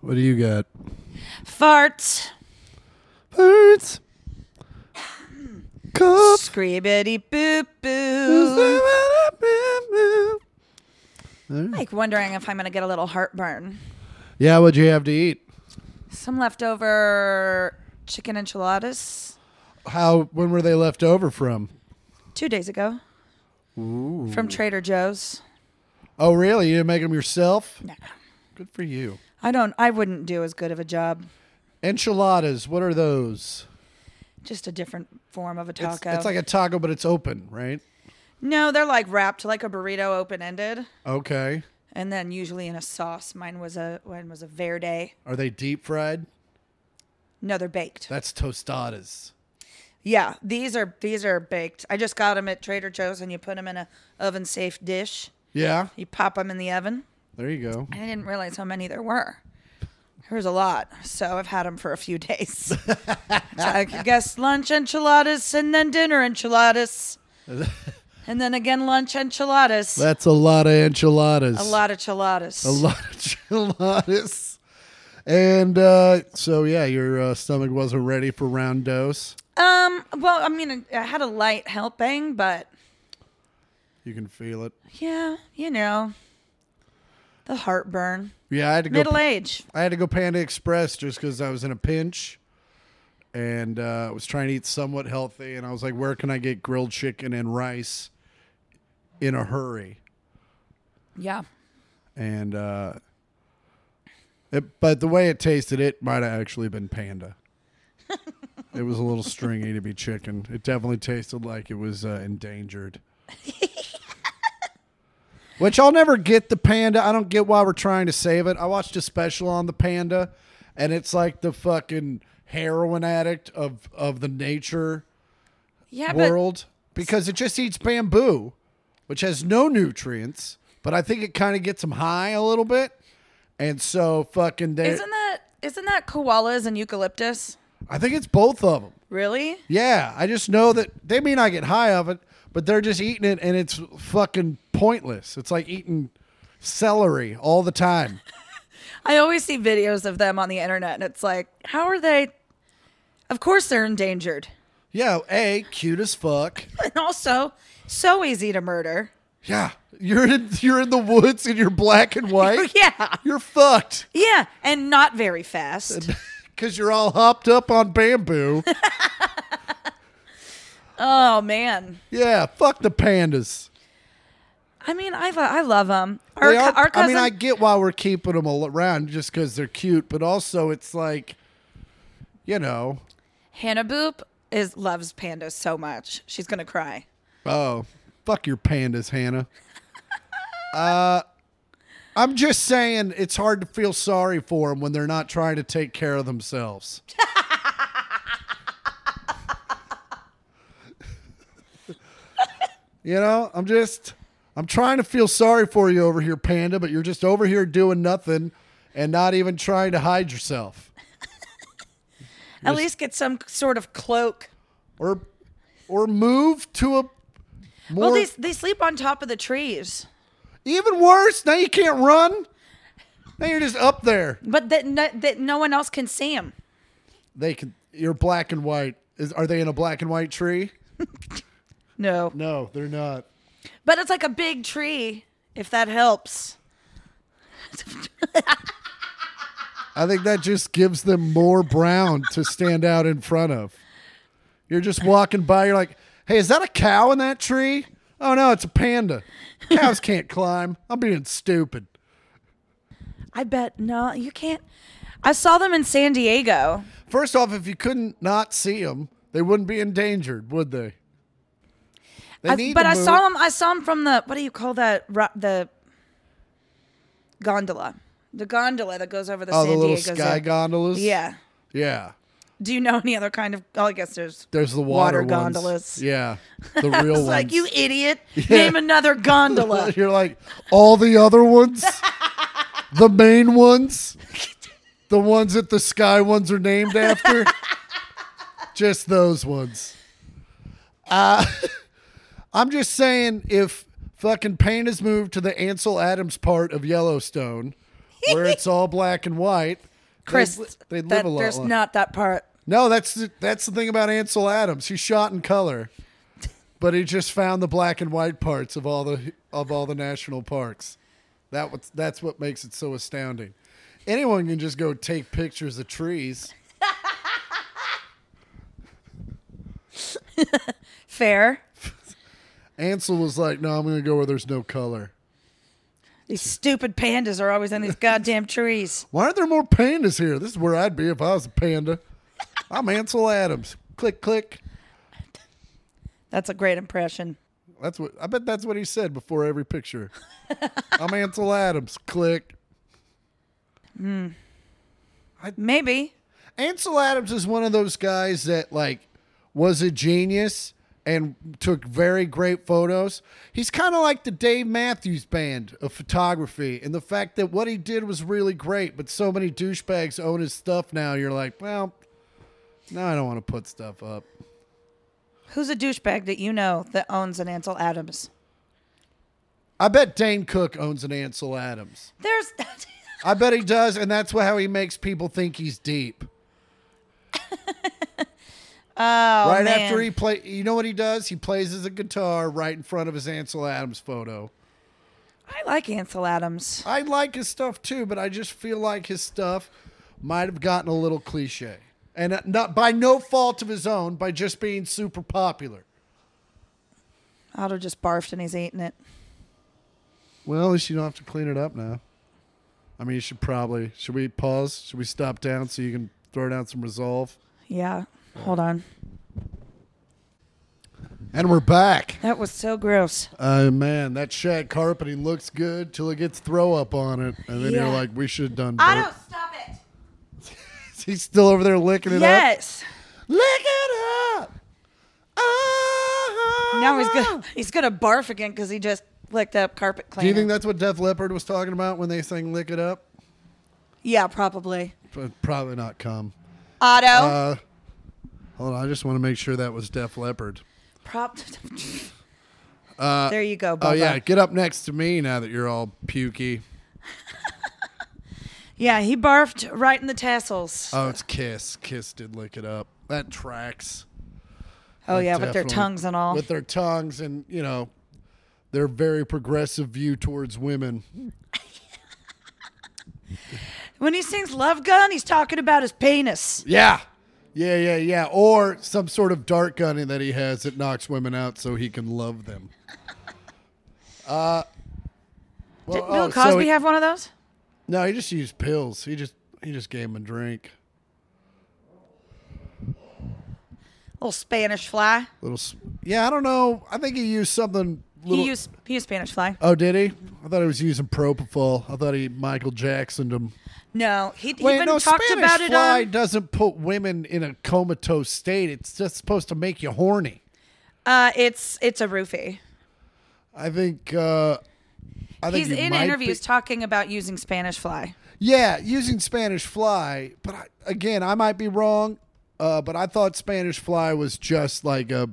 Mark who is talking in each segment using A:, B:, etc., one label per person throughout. A: What do you got?
B: Farts.
A: Birds. Cough.
B: Scribbity boop boo. Like wondering if I'm gonna get a little heartburn.
A: Yeah, what'd you have to eat?
B: Some leftover chicken enchiladas
A: How? When were they left over from?
B: two days ago. From Trader Joe's.
A: Oh, really? You didn't make them yourself?
B: No.
A: Good for you.
B: I don't I wouldn't do as good of a job.
A: Enchiladas. What are those?
B: Just a different form of a
A: It's-
B: taco.
A: It's, like a taco, but it's open, right?
B: no, they're like wrapped like a burrito open ended.
A: Okay.
B: And then usually in a sauce. Mine was a mine was a verde.
A: Are they deep fried?
B: No, they're baked.
A: That's tostadas.
B: Yeah, these are these are baked. I just got them at Trader Joe's, and you put them in a oven safe dish.
A: Yeah.
B: You pop them in the oven.
A: There you go.
B: I didn't realize how many there were. There was a lot, so I've had them for a few days. so I could guess lunch enchiladas and then dinner enchiladas, and then again lunch enchiladas.
A: That's a lot of enchiladas.
B: a lot of enchiladas.
A: A lot of enchiladas. And uh, so, yeah, your uh, stomach wasn't ready for round dose.
B: Um. Well, I mean, I I had a light helping, but
A: You can feel it.
B: yeah, you know, the heartburn,
A: Yeah, I had to go.
B: middle age.
A: I had to go Panda Express just because I was in a pinch, and uh, I was trying to eat somewhat healthy. And I was like, "Where can I get grilled chicken and rice in a hurry?"
B: Yeah.
A: And uh, it, but the way it tasted, it might have actually been panda. it was a little stringy to be chicken. It definitely tasted like it was uh, endangered. Which I'll never get the panda. I don't get why we're trying to save it. I watched a special on the panda, and it's like the fucking heroin addict of of the nature
B: Yeah, but
A: world because it just eats bamboo, which has no nutrients. But I think it kind of gets them high a little bit, and so fucking. They,
B: Isn't that isn't that koalas and eucalyptus?
A: I think it's both of them.
B: Really?
A: Yeah, I just know that they may not get high of it, but they're just eating it, and it's fucking pointless. It's like eating celery all the time.
B: I always see videos of them on the internet and it's like, how are they Of course they're endangered.
A: Yeah, a cute as fuck.
B: And also, so easy to murder.
A: Yeah, you're in you're in the woods and you're black and white.
B: Yeah.
A: You're fucked.
B: Yeah, and not very fast.
A: Cause you're all hopped up on bamboo.
B: Oh man.
A: Yeah, fuck the pandas.
B: I mean, I lo- I love them. Our,
A: They
B: co-
A: are-
B: our cousin
A: I mean, I get why we're keeping them al- around just because they're cute, but also it's like, you know,
B: Hannah Boop is loves pandas so much. She's going to cry.
A: oh, fuck your pandas, Hannah. uh, I'm just saying it's hard to feel sorry for them when they're not trying to take care of themselves. you know, I'm just, I'm trying to feel sorry for you over here, panda, but you're just over here doing nothing and not even trying to hide yourself.
B: At least get some sort of cloak.
A: or or move to a more
B: well, they s- they sleep on top of the trees.
A: even worse. Now you can't run. Now you're just up there.
B: But that no, that no one else can see him.
A: They can. You're black and white. Is are they in a black and white tree?
B: No.
A: No, they're not.
B: But it's like a big tree, if that helps.
A: I think that just gives them more brown to stand out in front of. You're just walking by. You're like, hey, is that a cow in that tree? Oh no, it's a panda. Cows can't climb. I'm being stupid.
B: I bet no, you can't. I saw them in San Diego.
A: First off, if you couldn't not see them, they wouldn't be endangered, would they? They
B: I-
A: need
B: but
A: to
B: I
A: move.
B: saw them. I saw them from the what do you call that? Ro- the gondola, the gondola that goes over the
A: Oh,
B: San
A: the little
B: Diego.
A: sky
B: Zoo.
A: gondolas.
B: Yeah.
A: yeah.
B: Do you know any other kind of? Oh, I guess there's
A: There's the water, ones.
B: gondolas.
A: Yeah, the
B: I
A: real
B: was
A: ones.
B: like, you idiot! Name another gondola.
A: You're like all the other ones, the main ones, the ones that the sky ones are named after. Just those ones. Uh, I'm just saying if fucking pandas moved to the Ansel Adams part of Yellowstone, where it's all black and white,
B: Chris,
A: they'd, li- they'd
B: that-
A: live a lot.
B: there's
A: longer.
B: not that part.
A: no, that's the, that's the thing about Ansel Adams. He shot in color, but he just found the black and white parts of all the of all the national parks. That was that's what makes it so astounding. Anyone can just go take pictures of trees.
B: Fair.
A: Ansel was like, "No, I'm going to go where there's no color."
B: These stupid pandas are always in these goddamn trees.
A: Why aren't there more pandas here? This is where I'd be if I was a panda. I'm Ansel Adams. Click click.
B: That's a great impression.
A: That's what I bet that's what he said before every picture. I'm Ansel Adams. Click.
B: Maybe.
A: Ansel Adams is one of those guys that like was a genius and took very great photos. He's kind of like the Dave Matthews band of photography and the fact that what he did was really great, but so many douchebags own his stuff now. You're like, well, no, I don't want to put stuff up.
B: Who's a douchebag that you know that owns an Ansel Adams?
A: I bet Dane Cook owns an Ansel Adams.
B: There's.
A: I bet he does, and that's wh- how he makes people think he's deep.
B: Oh,
A: right
B: man.
A: after he play, you know what he does? He plays his guitar right in front of his Ansel Adams photo.
B: I like Ansel Adams.
A: I like his stuff too, but I just feel like his stuff might have gotten a little cliche, and uh, not by no fault of his own, by just being super popular.
B: Otto just barfed and he's eating it.
A: Well, at least you don't have to clean it up now. I mean, you should probably. Should we pause? Should we stop down so you can throw down some resolve?
B: Yeah. Hold on.
A: And we're back.
B: That was so gross.
A: Oh man, that shag carpeting looks good till it gets throw up on it, and then
B: Yeah.
A: you're like, we should have done.
B: Otto,
A: both."
B: stop it.
A: He's still over there licking it up.
B: Yes.
A: Lick it up. Ah.
B: Now he's gonna he's gonna barf again because he just licked up carpet cleaner.
A: Do you think that's what Def Leppard was talking about when they sang "Lick It Up"?
B: Yeah, probably.
A: But probably not. Come.
B: Otto.
A: Uh, hold on, I just want to make sure that was Def Leppard.
B: Prop. there you go. Bubba.
A: Oh yeah, get up next to me now that you're all pukey.
B: Yeah, he barfed right in the tassels.
A: Oh, it's Kiss. Kiss did "Lick It Up." That tracks.
B: oh yeah,
A: Definitely.
B: with their tongues and all.
A: With their tongues and you know, their very progressive view towards women.
B: when he sings "Love Gun," he's talking about his penis.
A: Yeah, yeah, yeah, yeah. Or some sort of dart gunning that he has that knocks women out so he can love them. Uh, well,
B: Didn't Bill
A: oh,
B: Cosby
A: so he-
B: have one of those?
A: No, he just used pills. He just he just gave him a drink.
B: Little Spanish fly.
A: Little. s- Yeah, I don't know. I think he used something. Little,
B: he used he used Spanish fly.
A: Oh, did he? I thought he was using propofol. I thought he Michael Jacksoned him.
B: No, he he
A: Wait,
B: even
A: no,
B: talked
A: Spanish
B: about it
A: fly
B: on.
A: doesn't put women in a comatose state. It's just supposed to make you horny.
B: Uh, it's it's a roofie.
A: I think. Uh, I think
B: He's
A: you
B: in
A: might
B: interviews
A: be-
B: talking about using Spanish fly.
A: yeah, using Spanish fly, but I, again, I might be wrong. Uh, but I thought Spanish fly was just like a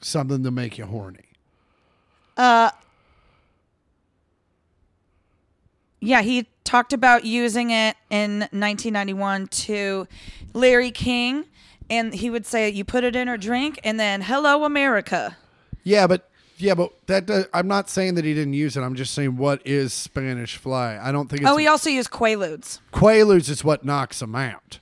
A: something to make you horny.
B: Yeah, he talked about using it in 1991 to Larry King, and he would say, "You put it in her drink, and then hello America."
A: Yeah, but yeah, but that does, I'm not saying that he didn't use it. I'm just saying what is Spanish fly. I don't think it's
B: Oh, he also used Quaaludes.
A: Quaaludes is what knocks them out.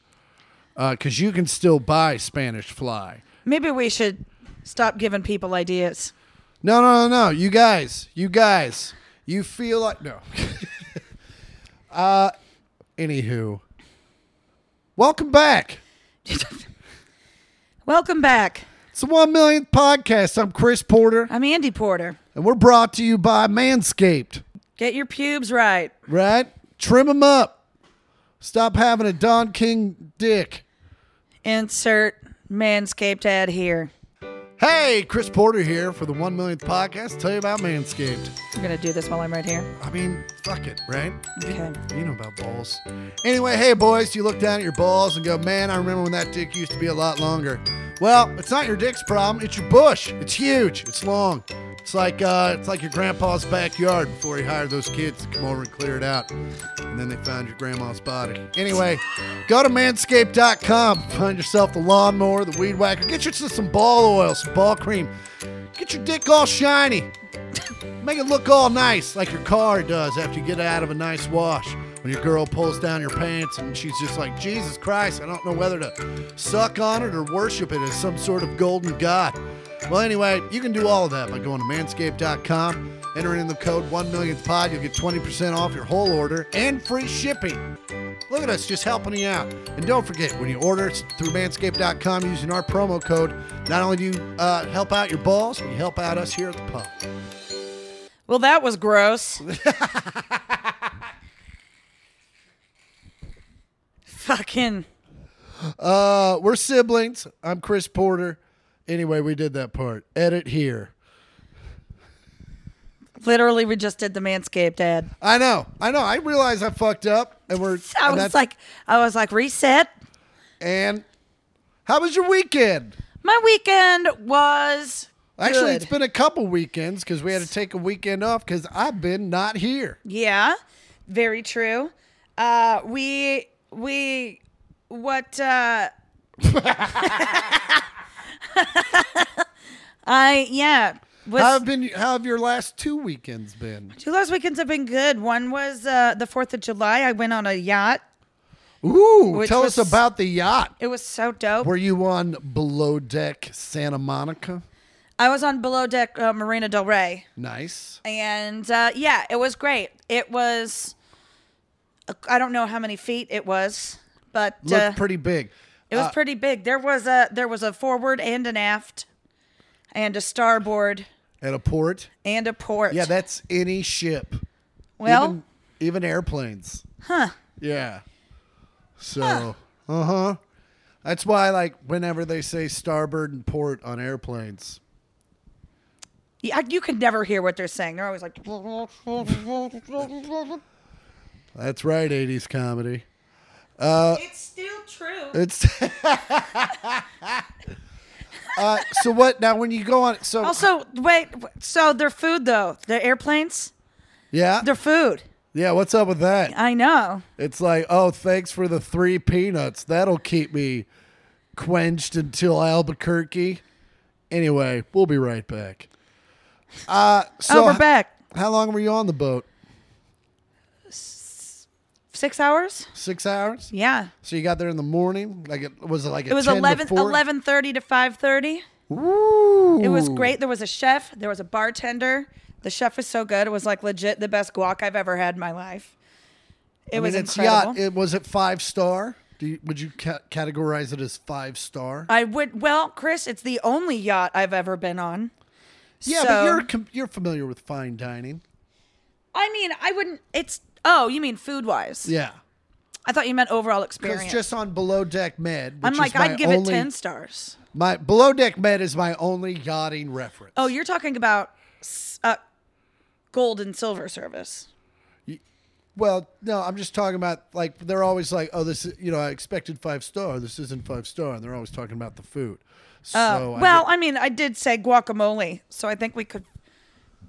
A: Because you can still buy Spanish fly.
B: Maybe we should stop giving people ideas.
A: No, no, no, no. You guys, you guys, you feel like no. uh, anywho, welcome back.
B: Welcome back.
A: It's the one millionth podcast. I'm Chris Porter,
B: I'm Andy Porter.
A: and we're brought to you by Manscaped.
B: Get your pubes right.
A: Right? Trim them up. Stop having a Don King dick.
B: Insert manscaped ad here.
A: Hey, Chris Porter here for the one millionth podcast. Tell you about Manscaped.
B: I'm gonna do this while I'm right here.
A: I mean, fuck it, right?
B: Okay.
A: You know about balls. Anyway, hey boys, you look down at your balls and go, man, I remember when that dick used to be a lot longer. Well, it's not your dick's problem. It's your bush. It's huge. It's long. It's like uh, it's like your grandpa's backyard before he hired those kids to come over and clear it out, and then they found your grandma's body. Anyway, go to manscaped.com. Find yourself the lawnmower, the weed whacker. Get yourself some ball oil, some ball cream. Get your dick all shiny. Make it look all nice, like your car does after you get it out of a nice wash. When your girl pulls down your pants and she's just like, Jesus Christ, I don't know whether to suck on it or worship it as some sort of golden god. Well, anyway, you can do all of that by going to manscaped.com, entering in the code 1 millionth pod. You'll get 20% off your whole order and free shipping. Look at us just helping you out. And don't forget, when you order through manscaped.com using our promo code, not only do you uh, help out your balls, but you help out us here at the pod.
B: Well, that was gross. Fucking.
A: Uh, we're siblings. I'm Chris Porter. Anyway, we did that part. Edit here.
B: Literally, we just did the Manscaped ad.
A: I know. I know. I realize I fucked up, and we're.
B: I
A: and
B: was
A: that's-
B: like, I was like, reset.
A: and how was your weekend?
B: My weekend was
A: Actually,
B: good.
A: it's been a couple weekends because we had to take a weekend off because I've been not here.
B: yeah, very true. Uh, we we what uh, I yeah was.
A: How have been? How have your last two weekends been?
B: Two last weekends have been good. One was uh, the 4th of July. I went on a yacht.
A: Ooh,
B: Which
A: tell
B: was-
A: us about the yacht.
B: It was so dope.
A: Were you on below deck Santa Monica?
B: I was on below deck uh, Marina Del Rey.
A: Nice.
B: And uh, yeah, it was great. It was, uh, I don't know how many feet it was, but
A: Looked
B: uh,
A: pretty big.
B: it was
A: Uh,
B: pretty big. There was a there was a forward and an aft, and a starboard
A: at a port.
B: and a port.
A: Yeah, that's any ship.
B: well,
A: even, even airplanes. Huh. Yeah. So, uh huh. That's why, like, whenever they say starboard and port on airplanes,
B: yeah, you can never hear what they're saying. They're always like,
A: Uh, that's right, 80s comedy.
B: it's still true.
A: It's. uh, so, what now when you go on? So,
B: also, wait. So their food though, the airplanes,
A: yeah.
B: their food.
A: Yeah, what's up with that?
B: I know.
A: It's like, oh, thanks for the three peanuts. That'll keep me quenched until Albuquerque. Anyway, we'll be right back. Uh, so
B: oh, we're back.
A: How long were you on the boat?
B: Six hours.
A: Six hours.
B: Yeah.
A: So you got there in the morning. Like it was it like
B: It was
A: 10
B: 11,
A: to 4?
B: 11.30 to 5.30.
A: Ooh.
B: It was great. There was a chef. There was a bartender. The chef was so good. It was like legit the best guac I've ever had in my life. It
A: I
B: was
A: mean, it's
B: incredible.
A: yacht. It was it five star. Do you, would you ca- categorize it as five star?
B: I would, well, Chris, it's the only yacht I've ever been on.
A: yeah,
B: So-
A: but you're com- you're familiar with fine dining.
B: I mean, I wouldn't, it's, oh, you mean food wise.
A: Yeah,
B: I thought you meant overall
A: it's
B: experience.
A: just on below deck med. Which
B: I'm like,
A: is my
B: I'd give
A: only,
B: it 10 stars.
A: My below deck med is my only yachting reference.
B: Oh, you're talking about s- uh, gold and silver service.
A: Well, no, I'm just talking about like they're always like, oh, this is you know I expected five star. This isn't five star, and they're always talking about the food. So Oh, I
B: Oh, well, I mean, I did say guacamole, so I think we could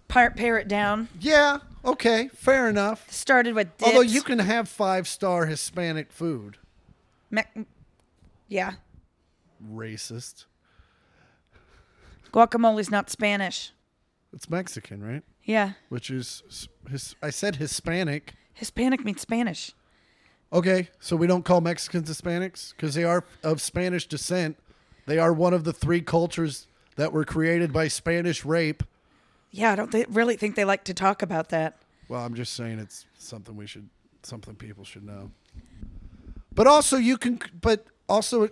B: par- pare it down.
A: Yeah. Okay. Fair enough.
B: Started with dips.
A: Although you can have five star Hispanic food.
B: Me- yeah,
A: Racist.
B: guacamole's not Spanish.
A: It's Mexican, right?
B: Yeah,
A: Which is s- his. I said Hispanic.
B: Hispanic means Spanish.
A: Okay, so we don't call Mexicans Hispanics because they are of Spanish descent. They are one of the three cultures that were created by Spanish rape.
B: Yeah, I don't th- really think they like to talk about that.
A: Well, I'm just saying it's something we should, something people should know. But also, you can, but also,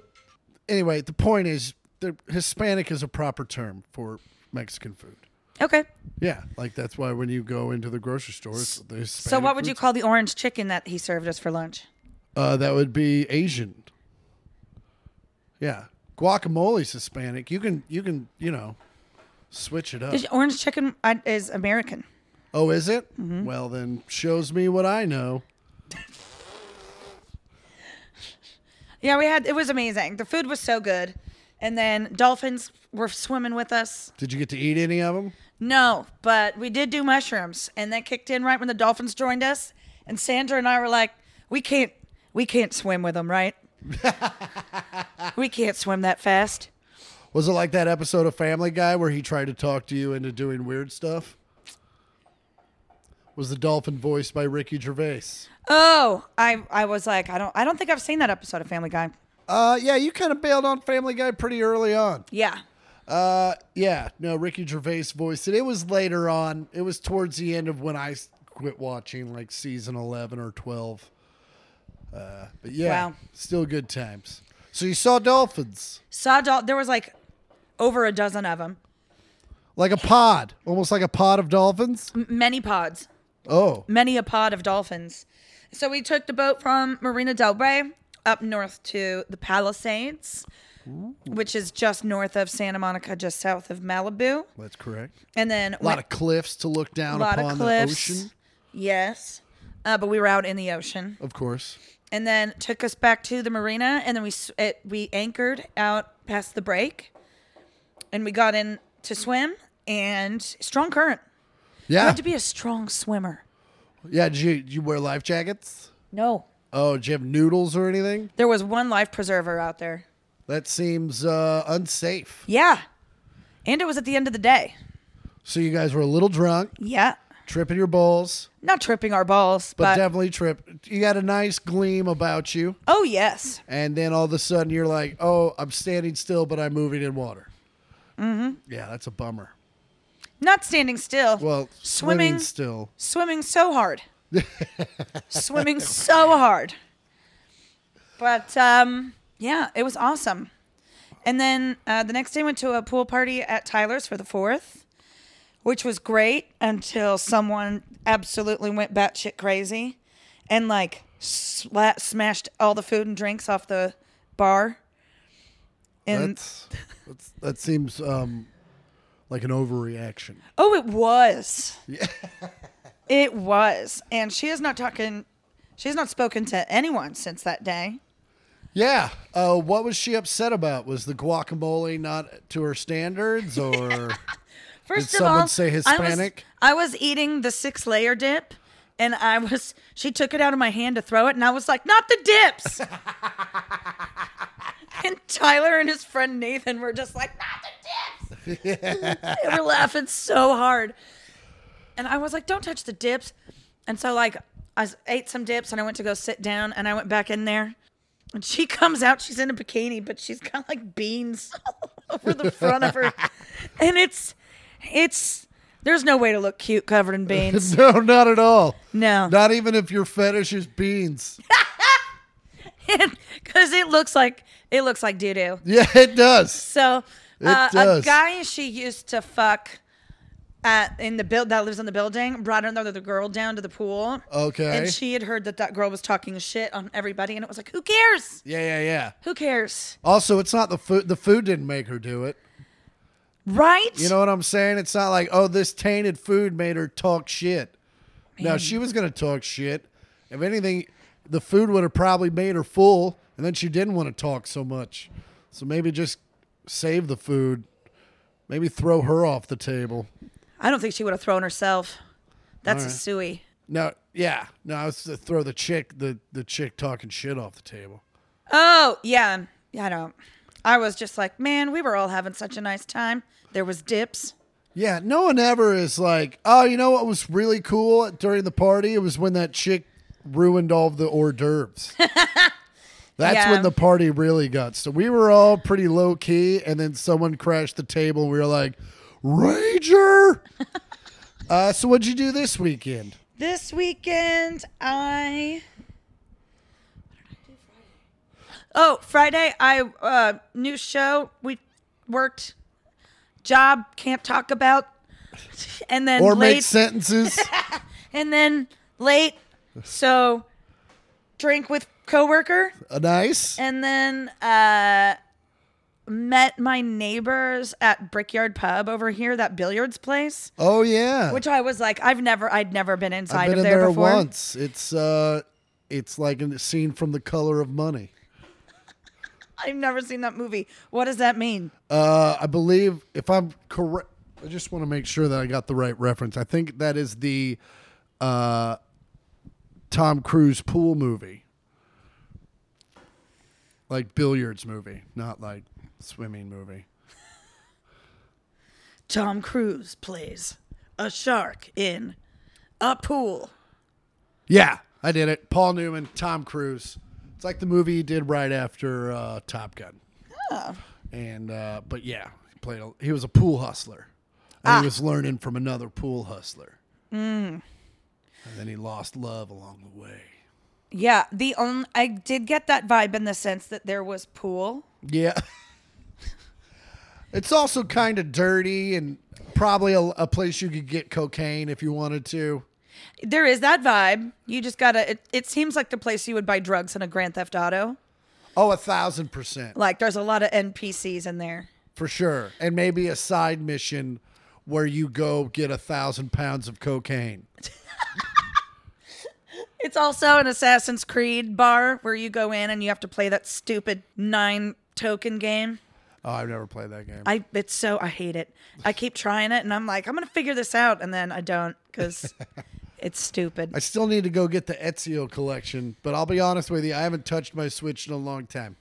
A: anyway, the point is, the Hispanic is a proper term for Mexican food.
B: Okay,
A: Yeah, like that's why when you go into the grocery store, it's the Hispanic
B: so what would you
A: foods.
B: call the orange chicken that he served us for lunch?
A: Uh, that would be Asian. Yeah, guacamole's Hispanic. You can you can you know switch it up.
B: Is Orange chicken uh, is American.
A: Oh, is it?
B: Mm-hmm.
A: Well, then shows me what I know.
B: Yeah, we had it was amazing. The food was so good, and then dolphins were swimming with us.
A: Did you get to eat any of them?
B: No, but we did do mushrooms, and they kicked in right when the dolphins joined us. And Sandra and I were like, "We can't, we can't swim with them, right? we can't swim that fast."
A: Was it like that episode of Family Guy where he tried to talk to you into doing weird stuff? Was the dolphin voiced by Ricky Gervais?
B: Oh, I, I was like, I don't, I don't think I've seen that episode of Family Guy.
A: Uh, yeah, you kind of bailed on Family Guy pretty early on.
B: Yeah,
A: Uh, yeah, no, Ricky Gervais voiced it. It was later on. It was towards the end of when I s- quit watching, like season eleven or twelve. Uh, but yeah,
B: Wow.
A: still good times. So you saw dolphins,
B: saw dol. There was like over a dozen of them,
A: like a pod, almost like a pod of dolphins.
B: many pods.
A: Oh,
B: many a pod of dolphins. So we took the boat from Marina Del Rey up north to the Palisades, which is just north of Santa Monica, just south of Malibu.
A: that's correct.
B: And then
A: A lot of cliffs to look down upon the ocean,
B: Yes. Uh, but we were out in the ocean,
A: of course.
B: and then took us back to the marina, and then we s- it, we anchored out past the break, and we got in to swim and strong current. You
A: Yeah,
B: had to be a strong swimmer.
A: yeah. Did you, did you wear life jackets?
B: No,
A: Oh, did you have noodles or anything?
B: there was one life preserver out there.
A: That seems uh, unsafe.
B: Yeah. And it was at the end of the day.
A: So you guys were a little drunk,
B: Yeah.
A: tripping your balls.
B: Not tripping our balls,
A: but
B: but,
A: definitely trip. You got a nice gleam about you,
B: oh yes.
A: and then all of a sudden you're like, "Oh, I'm standing still, but I'm moving in water." Mm-hmm. Yeah, that's a bummer.
B: Not standing still.
A: Well, swimming
B: swimming
A: still.
B: swimming so hard. swimming so hard. But um yeah, it was awesome. And then uh, the next day went to a pool party at Tyler's for the 4th, which was great until someone absolutely went batshit crazy and like sla- smashed all the food and drinks off the bar. And
A: That's, that's that seems um, like an overreaction.
B: Oh, it was. it was. And she is not talking, she's not spoken to anyone since that day.
A: Yeah. Uh, what was she upset about? Was the guacamole not to her standards, or
B: First
A: Did
B: of
A: someone
B: all,
A: say
B: I was-
A: Hispanic?
B: I was, eating the six layer dip and I was, she took it out of my hand to throw it and I was like, not the dips. and Tyler and his friend Nathan were just like, not the dips. they were laughing so hard. And I was like, don't touch the dips. And so, like, I s- ate some dips and I went to go sit down and I went back in there. And she comes out, she's in a bikini, but she's got like beans all over the front of her. And it's, it's, there's no way to look cute covered in beans.
A: no, not at all.
B: No.
A: Not even if your fetish is beans.
B: Because it looks like, it looks like doo doo.
A: Yeah, it does.
B: So uh, a
A: does.
B: guy she used to fuck at in the build that lives in the building brought another girl down to the pool.
A: Okay.
B: And she had heard that that girl was talking shit on everybody, and it was like, who cares?
A: Yeah, yeah, yeah.
B: Who cares?
A: Also, it's not the food. The food didn't make her do it.
B: Right?
A: You know what I'm saying? It's not like, oh, this tainted food made her talk shit. No, she was going to talk shit. If anything, the food would have probably made her full, and then she didn't want to talk so much. So maybe just save the food. Maybe throw her off the table.
B: I don't think she would have thrown herself. That's a
A: Alright.
B: suey.
A: No, yeah, no, I was to throw the chick, the the chick talking shit off the table.
B: Oh yeah, yeah. I don't. I was just like, man, we were all having such a nice time. There was dips.
A: Yeah, no one ever is like, oh, you know what was really cool during the party? It was when that chick ruined all of the hors d'oeuvres. That's
B: Yeah.
A: when the party really got. So we were all pretty low key, and then someone crashed the table. And we were like, Rager. uh, so what'd you do this weekend?
B: This weekend, I. Oh, Friday, I uh, new show. We worked job can't talk about, and then
A: Or make
B: late,
A: sentences?
B: and then late. So, drink with coworker,
A: uh, nice.
B: and then uh, met my neighbors at Brickyard Pub over here, that billiards place,
A: Oh yeah,
B: which I was like, I've never, I'd never been inside
A: I've been
B: of
A: in
B: there,
A: there
B: before.
A: once. It's uh, it's like a scene from The Color of Money.
B: I've never seen that movie. What does that mean?
A: Uh, I believe if I'm correct, I just want to make sure that I got the right reference. I think that is the uh, Tom Cruise pool movie, like billiards movie, not like swimming movie.
B: Tom Cruise plays a shark in a pool.
A: Yeah, I did it. Paul Newman, Tom Cruise. It's like the movie he did right after uh, Top Gun. And uh, but yeah, he played. A, he was a pool hustler, and he was learning from another pool hustler. And then he lost love along the way.
B: Yeah, the only I did get that vibe in the sense that there was pool.
A: Yeah. it's also kind of dirty and probably a, a place you could get cocaine if you wanted to.
B: There is that vibe. You just gotta. It, it seems like the place you would buy drugs in a Grand Theft Auto.
A: Oh, a thousand percent.
B: Like there's a lot of NPCs in there.
A: for sure and maybe a side mission where you go get a thousand pounds of cocaine
B: It's also an Assassin's Creed bar where you go in and you have to play that stupid nine token game.
A: oh i've never played that game
B: I it's so I hate it. I keep trying it and I'm like I'm gonna figure this out and then I don't because it's stupid.
A: i still need to go get the ezio collection but i'll be honest with you i haven't touched my switch in a long time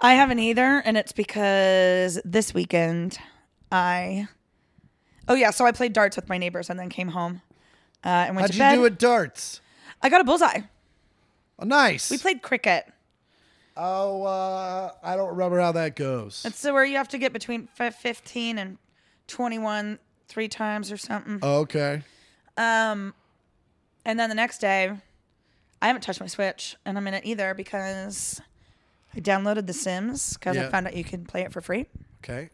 B: I haven't either, and it's because this weekend I. Oh yeah, so I played darts with my neighbors and then came home uh, and went
A: how'd
B: to
A: you
B: bed.
A: do at darts
B: I got a bullseye.
A: oh, nice
B: We played cricket.
A: oh uh, i don't remember how that goes
B: It's where you have to get between fi- fifteen and twenty-one three times or something.
A: Oh, okay
B: Um, and then the next day, I haven't touched my Switch and I'm in it either because I downloaded The Sims because I
A: Yeah.
B: found out you can play it for free.
A: okay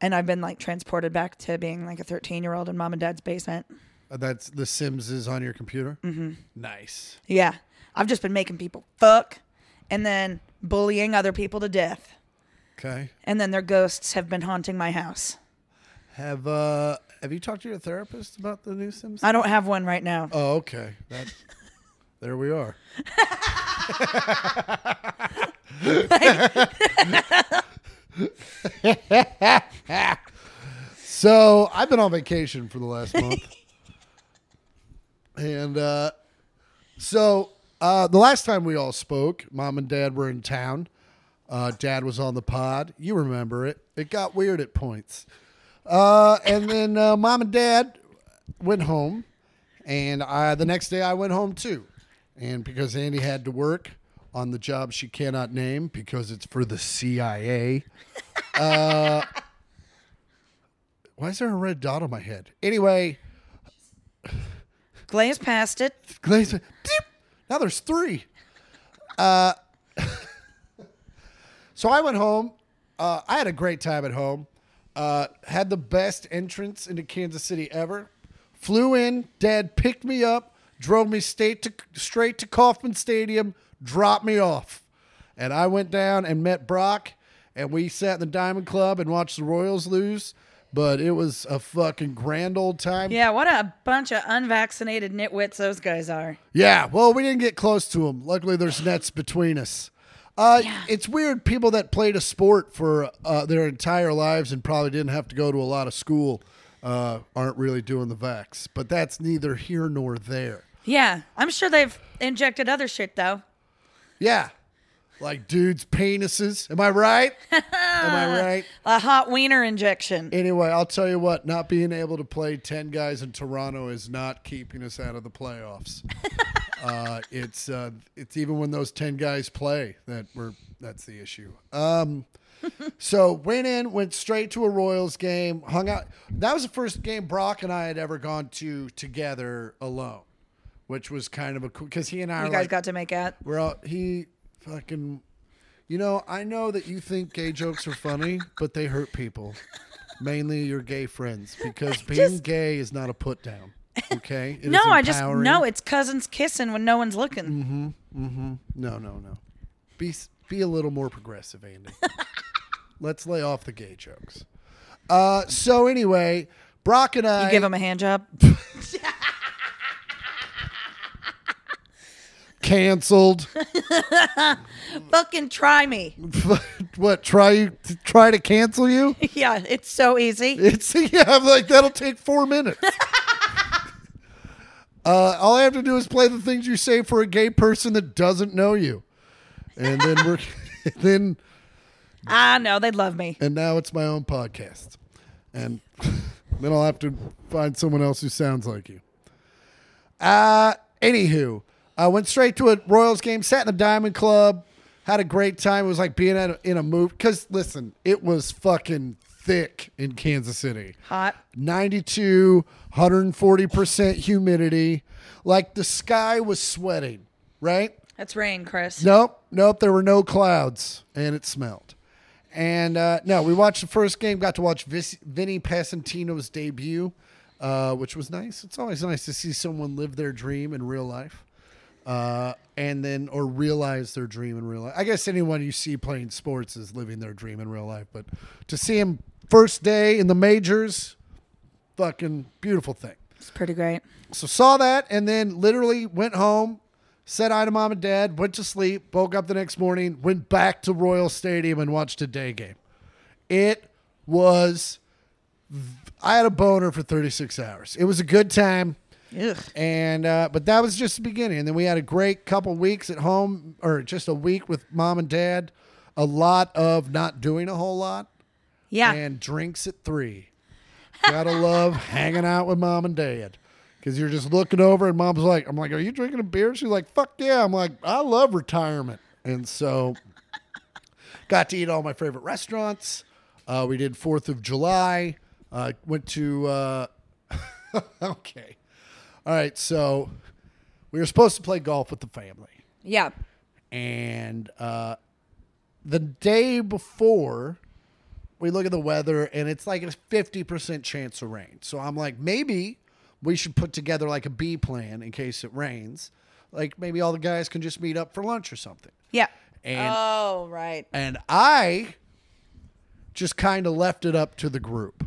B: And I've been like transported back to being like a 13 year old in mom and dad's basement.
A: Uh, that's the sims is on your computer mm-hmm. nice
B: Yeah. I've just been making people fuck and then bullying other people to death.
A: okay
B: And then their ghosts have been haunting my house.
A: have uh have you talked to your therapist about the new sims
B: I don't have one right now.
A: oh okay that there we are So I've been on vacation for the last month, and uh, so uh, the last time we all spoke, mom and dad were in town. Uh, dad was on the pod. You remember it. It got weird at points, uh, and then uh, mom and dad went home, and I, the next day I went home too, and because Andy had to work on the job she cannot name because it's for the CIA. uh, Why is there a red dot on my head? Anyway.
B: Glaze past it.
A: Glaze. Deep. Now there's three. Uh, so I went home. Uh, I had a great time at home. Uh, had the best entrance into Kansas City ever. Flew in. Dad picked me up, drove me state to, straight to Kauffman Stadium, dropped me off. And I went down and met Brock, and we sat in the Diamond Club and watched the Royals lose. But it was a fucking grand old time.
B: Yeah, what a bunch of unvaccinated nitwits those guys are.
A: Yeah, well, we didn't get close to him. Luckily, there's nets between us. Uh, It's weird people that played a sport for uh, their entire lives and probably didn't have to go to a lot of school uh, aren't really doing the vax, but that's neither here nor there.
B: Yeah, I'm sure they've injected other shit though.
A: Yeah, like dudes' penises. Am I right? Am I right?
B: A hot wiener injection.
A: Anyway, I'll tell you what, not being able to play 10 guys in Toronto is not keeping us out of the playoffs. uh, it's uh, it's even when those 10 guys play that we're that's the issue. Um, so went in, went straight to a Royals game, hung out. That was the first game Brock and I had ever gone to together alone, which was kind of a cool because he and I
B: You
A: are
B: guys
A: like,
B: got to make out.
A: we're all he fucking. You know, I know that you think gay jokes are funny, but they hurt people, mainly your gay friends, because being gay is not a put down. Okay. It is
B: No, I just
A: empowering. Mm-hmm.
B: no. It's cousins kissing when no one's looking.
A: No, no, no. Be s- Be a little more progressive, Andy. Let's lay off the gay jokes. Uh, so anyway, Brock and I
B: You give him a hand job.
A: canceled.
B: Fucking try me.
A: what try you to try to cancel you?
B: yeah, it's so easy.
A: It's yeah, I'm like that'll take four minutes. uh, all I have to do is play the things you say for a gay person that doesn't know you, and then we're then
B: I know they'd love me.
A: and now it's my own podcast, and then I'll have to find someone else who sounds like you. Uh anywho, I went straight to a Royals game, sat in the Diamond Club, had a great time. It was like being at a, in a movie. Cause listen, it was fucking thick in Kansas City.
B: Hot.
A: 92, 140% humidity. Like the sky was sweating, right?
B: That's rain, Chris.
A: Nope, nope, there were no clouds and it smelled. And uh, no, we watched the first game, got to watch Vis- Vinny Pasentino's debut, uh, which was nice. It's always nice to see someone live their dream in real life. Uh, and then, or realize their dream in real life. I guess anyone you see playing sports is living their dream in real life, but to see him first day in the majors, fucking beautiful thing.
B: It's pretty great.
A: So saw that and then literally went home, said hi to mom and dad, went to sleep, woke up the next morning, went back to Royal Stadium and watched a day game. It was I had a boner for 36 hours. It was a good time.
B: Ugh.
A: And uh, but that was just the beginning. And then we had a great couple weeks at home, or just a week with mom and dad. A lot of not doing a whole lot
B: Yeah.
A: and drinks at three. Gotta love hanging out with mom and dad. Cause you're just looking over and mom's like, I'm like, are you drinking a beer? She's like, fuck yeah. I'm like, I love retirement. And so got to eat all my favorite restaurants. Uh, we did Fourth of July. Uh, went to uh, okay. All right, so we were supposed to play golf with the family
B: yeah.
A: and uh, the day before we look at the weather and it's like a 50% chance of rain so i'm like maybe we should put together like a b plan in case it rains like maybe all the guys can just meet up for lunch or something
B: Yeah.
A: and
B: oh, right.
A: and i just kind of left it up to the group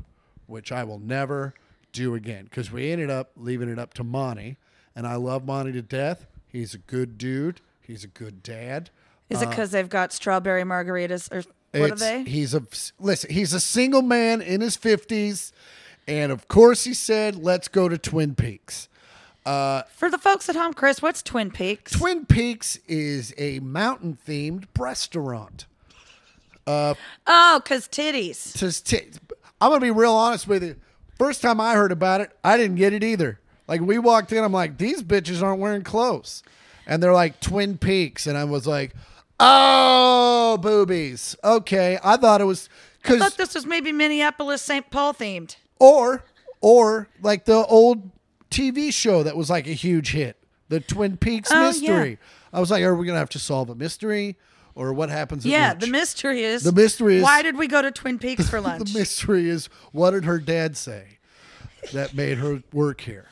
A: which i will never do again because we ended up leaving it up to monty and i love monty to death he's a good dude he's a good dad
B: Is it because they've got strawberry margaritas or what are
A: Uh, It's-
B: they?
A: He's a listen. He's a single man in his fifties, and of course he said, "Let's go to Twin Peaks."
B: For the folks at home, Chris, what's Twin Peaks?
A: Twin Peaks is a mountain-themed restaurant.
B: oh, because titties.
A: To sti- I'm gonna be real honest with you. First time I heard about it, I didn't get it either. Like we walked in, I'm like, "These bitches aren't wearing clothes," and they're like Twin Peaks, and I was like, "Oh, boobies." Okay, I thought it was because
B: Thought this was maybe Minneapolis St. Paul themed.
A: or or like the old TV show that was like a huge hit, the Twin Peaks
B: Oh,
A: mystery. I was like, are we gonna have to solve a mystery, or what happens? at
B: Yeah,
A: lunch?
B: the mystery is
A: The mystery is-
B: why did we go to Twin Peaks for lunch?
A: the mystery is what did her dad say that made her work here.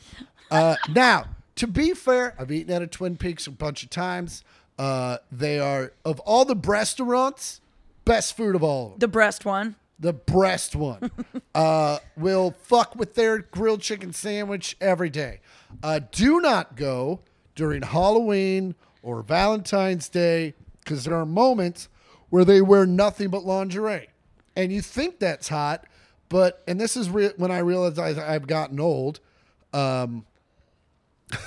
A: Uh, now, to be fair, I've eaten at a Twin Peaks a bunch of times. Uh, they are of all the restaurants, best food of all of them.
B: the breast one.
A: the breast one uh, will fuck with their grilled chicken sandwich every day. Uh, do not go during Halloween or Valentine's Day because there are moments where they wear nothing but lingerie, and you think that's hot, but and this is re- when I realized I, I've gotten old. um,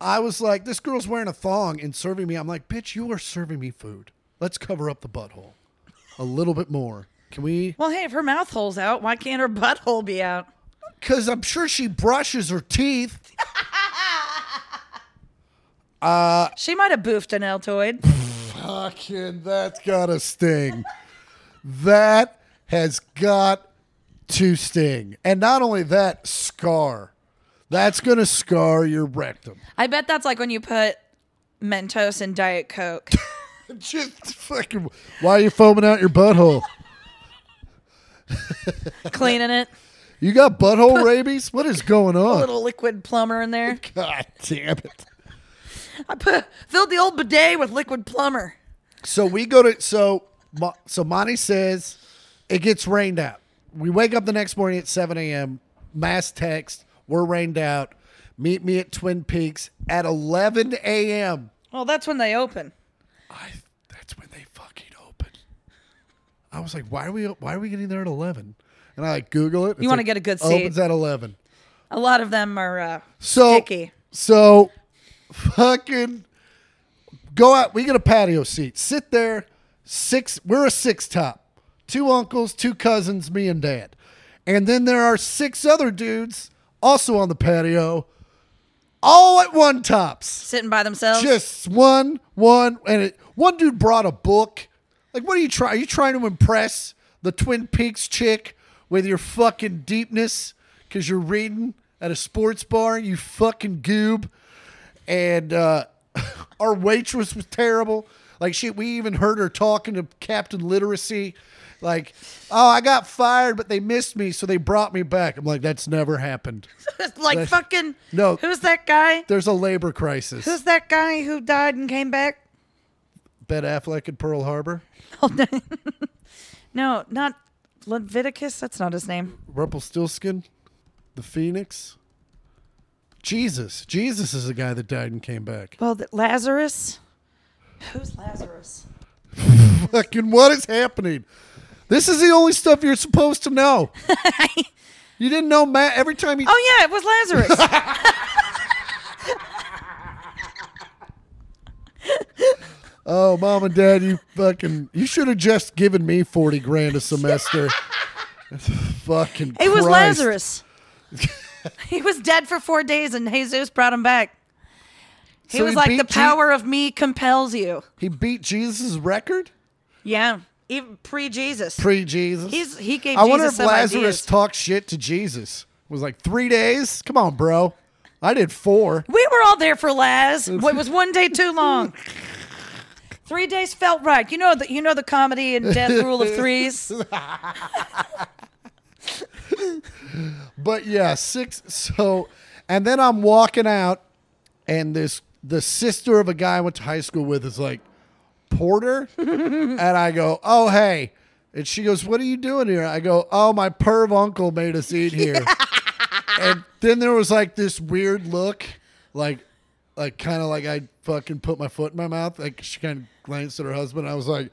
A: I was like, this girl's wearing a thong and serving me. I'm like, bitch, you are serving me food. Let's cover up the butthole a little bit more. Can we?
B: Well, hey, if her mouth hole's out, why can't her butthole be out?
A: Because I'm sure she brushes her teeth.
B: She might have boofed an Altoid.
A: Fucking, Ah, that's got to sting. that has got to sting. And not only that, scar. That's going to scar your rectum.
B: I bet that's like when you put Mentos in Diet Coke.
A: Just fucking, why are you foaming out your butthole?
B: cleaning it.
A: You got butthole rabies? What is going
B: A
A: on?
B: little liquid plumber in there.
A: God damn it.
B: I put filled the old bidet with liquid plumber.
A: So we go to so Mo- so Monty says it gets rained out. We wake up the next morning at seven a.m. Mass text: We're rained out. Meet me at Twin Peaks at eleven a.m.
B: Well, that's when they open.
A: I that's when they fucking open. I was like, why are we why are we getting there at eleven? And I like Google it. It's
B: wanna
A: like,
B: get a good seat.
A: Opens at eleven.
B: A lot of them are uh,
A: So
B: sticky.
A: so fucking go out. We get a patio seat. Sit there. Six. We're a six top. Two uncles, two cousins, me and dad, and then there are six other dudes also on the patio, all at one tops.
B: Sitting by themselves.
A: Just one, one, and it, one dude brought a book. Like, what are you trying? Are you trying to impress the Twin Peaks chick with your fucking deepness? Because you're reading at a sports bar, you fucking goob. And uh, our waitress was terrible. Like, she, we even heard her talking to Captain Literacy. Like, oh, I got fired, but they missed me, so they brought me back. I'm like, that's never happened.
B: like fucking.
A: No.
B: Who's that guy?
A: There's a labor crisis.
B: Who's that guy who died and came back?
A: Ben Affleck in Pearl Harbor.
B: No, not Leviticus. That's not his name.
A: Rumpelstiltskin, the Phoenix. Jesus. Jesus is the guy that died and came back.
B: Well, th- Lazarus. Who's Lazarus?
A: Fucking what is happening? This is the only stuff you're supposed to know. you didn't know Matt every time he
B: Oh yeah, it was Lazarus.
A: Oh mom and dad, you fucking you should have just given me forty grand a semester. fucking
B: it was
A: Christ.
B: Lazarus. he was dead for four days, and Jesus brought him back. He
A: So
B: was
A: he
B: like
A: beat
B: the
A: Je-
B: power of me compels you.
A: He beat Jesus' record?
B: Yeah, even pre-Jesus.
A: Pre Jesus.
B: He's- he gave
A: I wonder
B: Jesus
A: if
B: some
A: Lazarus
B: ideas.
A: talked shit to Jesus. It was like three days? Come on, bro. I did four.
B: we were all there for Laz. It was one day too long. Three days felt right. You know the you know the comedy and death rule of threes.
A: But yeah, six. So, and then I'm walking out, and this the sister of a guy I went to high school with is like Porter, and I go, "Oh hey," and she goes, "What are you doing here?" I go, "Oh, my perv uncle made us eat here." and then there was like this weird look, like, like kind of like I fucking put my foot in my mouth. Like she kind of glanced at her husband. I was like,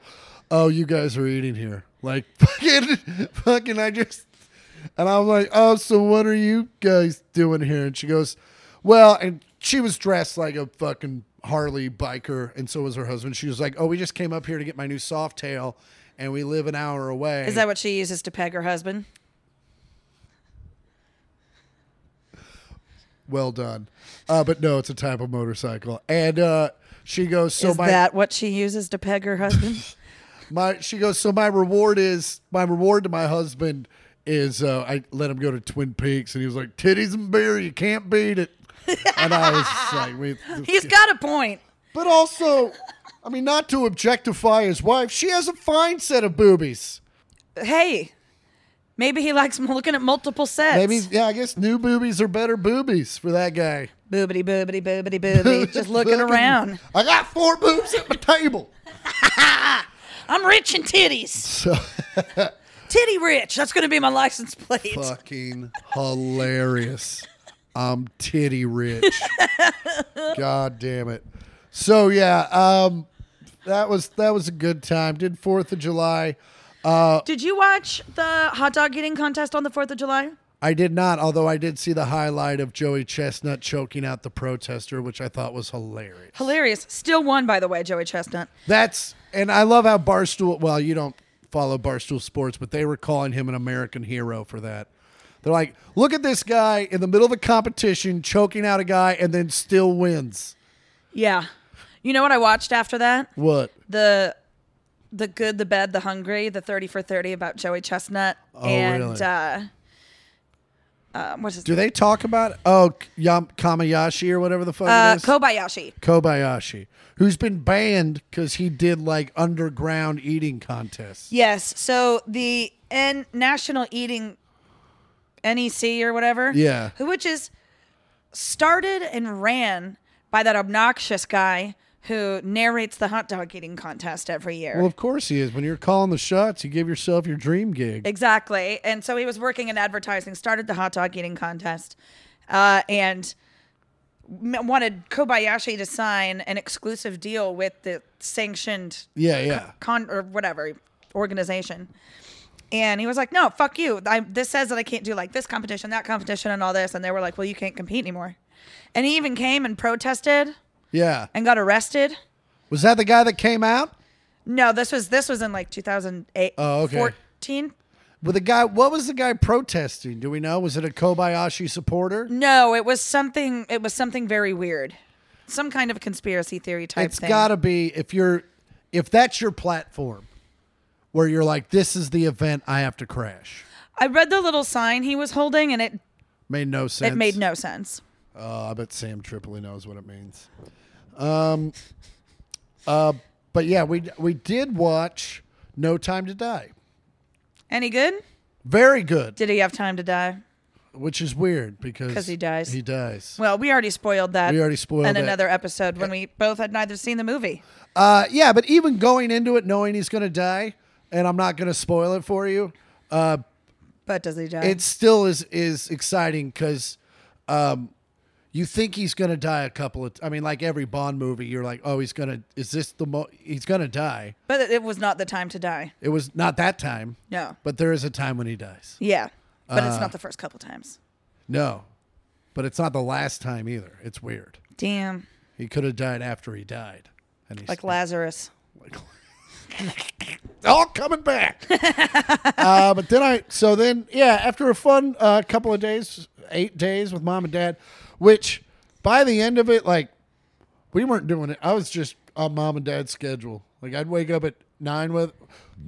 A: "Oh, you guys are eating here." Like fucking, fucking. I just. And I'm like, oh, so what are you guys doing here? And she goes, well, and she was dressed like a fucking Harley biker, and so was her husband. She was like, oh, we just came up here to get my new soft tail, and we live an hour away.
B: Is that what she uses to peg her husband?
A: well done? Uh, but no, it's a type of motorcycle. And uh, she goes, so
B: Is
A: my
B: that what she uses to peg her husband?
A: my she goes so my reward is my reward to my husband is uh, i let him go to twin peaks and he was like titties and beer you can't beat it and i was just like we,
B: He's got a point.
A: but also i mean not to objectify his wife she has a fine set of boobies
B: Hey, maybe he likes m- looking at multiple sets.
A: maybe yeah i guess new boobies are better boobies for that guy
B: boobity boobity boobity boobity, just looking
A: Fucking-
B: around.
A: i got four boobs at my table
B: I'm rich in titties.
A: so
B: Titty rich. That's gonna be my license plate.
A: fucking hilarious. I'm titty rich. God damn it. So yeah, um, that was that was a good time. Did Fourth of July.
B: Did you watch the hot dog eating contest on the Fourth of July?
A: I did not, although I did see the highlight of Joey Chestnut choking out the protester, which I thought was hilarious.
B: Hilarious. Still won, by the way, Joey Chestnut.
A: That's and I love how Barstool. Well, you don't follow Barstool Sports, but they were calling him an American hero for that. They're like, look at this guy in the middle of a competition choking out a guy and then still wins.
B: Yeah. You know what I watched after that?
A: What?
B: the the good, the bad, the hungry, the thirty for thirty about Joey Chestnut and
A: Oh, really?
B: uh, uh, what's his
A: Do they talk about oh Yam- Kamayashi or whatever the fuck
B: uh,
A: it is?
B: Kobayashi.
A: Kobayashi, who's been banned because he did like underground eating contests.
B: Yes. So the N National Eating NEC or whatever.
A: Yeah.
B: Who- Which is started and ran by that obnoxious guy who narrates the hot dog eating contest every year.
A: Well, of course he is. When you're calling the shots, you give yourself your dream gig.
B: Exactly. And so he was working in advertising, started the hot dog eating contest, uh, and m- wanted Kobayashi to sign an exclusive deal with the sanctioned
A: yeah, yeah.
B: con or whatever organization. And he was like, "No, fuck you. I, this says that I can't do like this competition, that competition, and all this." And they were like, "Well, you can't compete anymore." And he even came and protested
A: Yeah.
B: and got arrested.
A: Was that the guy that came out?
B: No, this was this was in like 2008,
A: Oh, okay.
B: 14.
A: With the guy, what was the guy protesting? Do we know? Was it a Kobayashi supporter?
B: No, it was something. It was something very weird, some kind of conspiracy theory type
A: It's
B: thing.
A: got to be if you're if that's your platform where you're like this is the event I have to crash.
B: I read the little sign he was holding, and it
A: Made no sense.
B: it made no sense.
A: Oh, I bet Sam Tripoli knows what it means. Um, uh, but yeah, we we did watch No Time to Die.
B: Any good?
A: Very good,
B: Did he have time to die?
A: which is weird because
B: 'Cause he dies.
A: He dies.
B: Well, we already spoiled that.
A: We already spoiled
B: in
A: that.
B: another episode when we both had neither seen the movie.
A: Uh, yeah, but even going into it knowing he's going to die, and I'm not going to spoil it for you,
B: But does he die?
A: it still is is exciting because um, you think he's going to die a couple of. I mean, like every Bond movie, you're like, oh, he's going to. Is this the mo? He's going to die.
B: but it was not the time to die.
A: It was not that time.
B: No.
A: But there is a time when he dies.
B: Yeah, but it's
A: Uh.
B: not the first couple times.
A: No. But it's not the last time either. It's weird.
B: Damn,
A: He could have died after he died. And he's
B: like Lazarus.
A: all coming back. uh, but then I, so then, yeah, after a fun uh, couple of days, eight days with mom and dad, which by the end of it, like, we weren't doing it. I was just on mom and dad's schedule. Like, I'd wake up at nine with,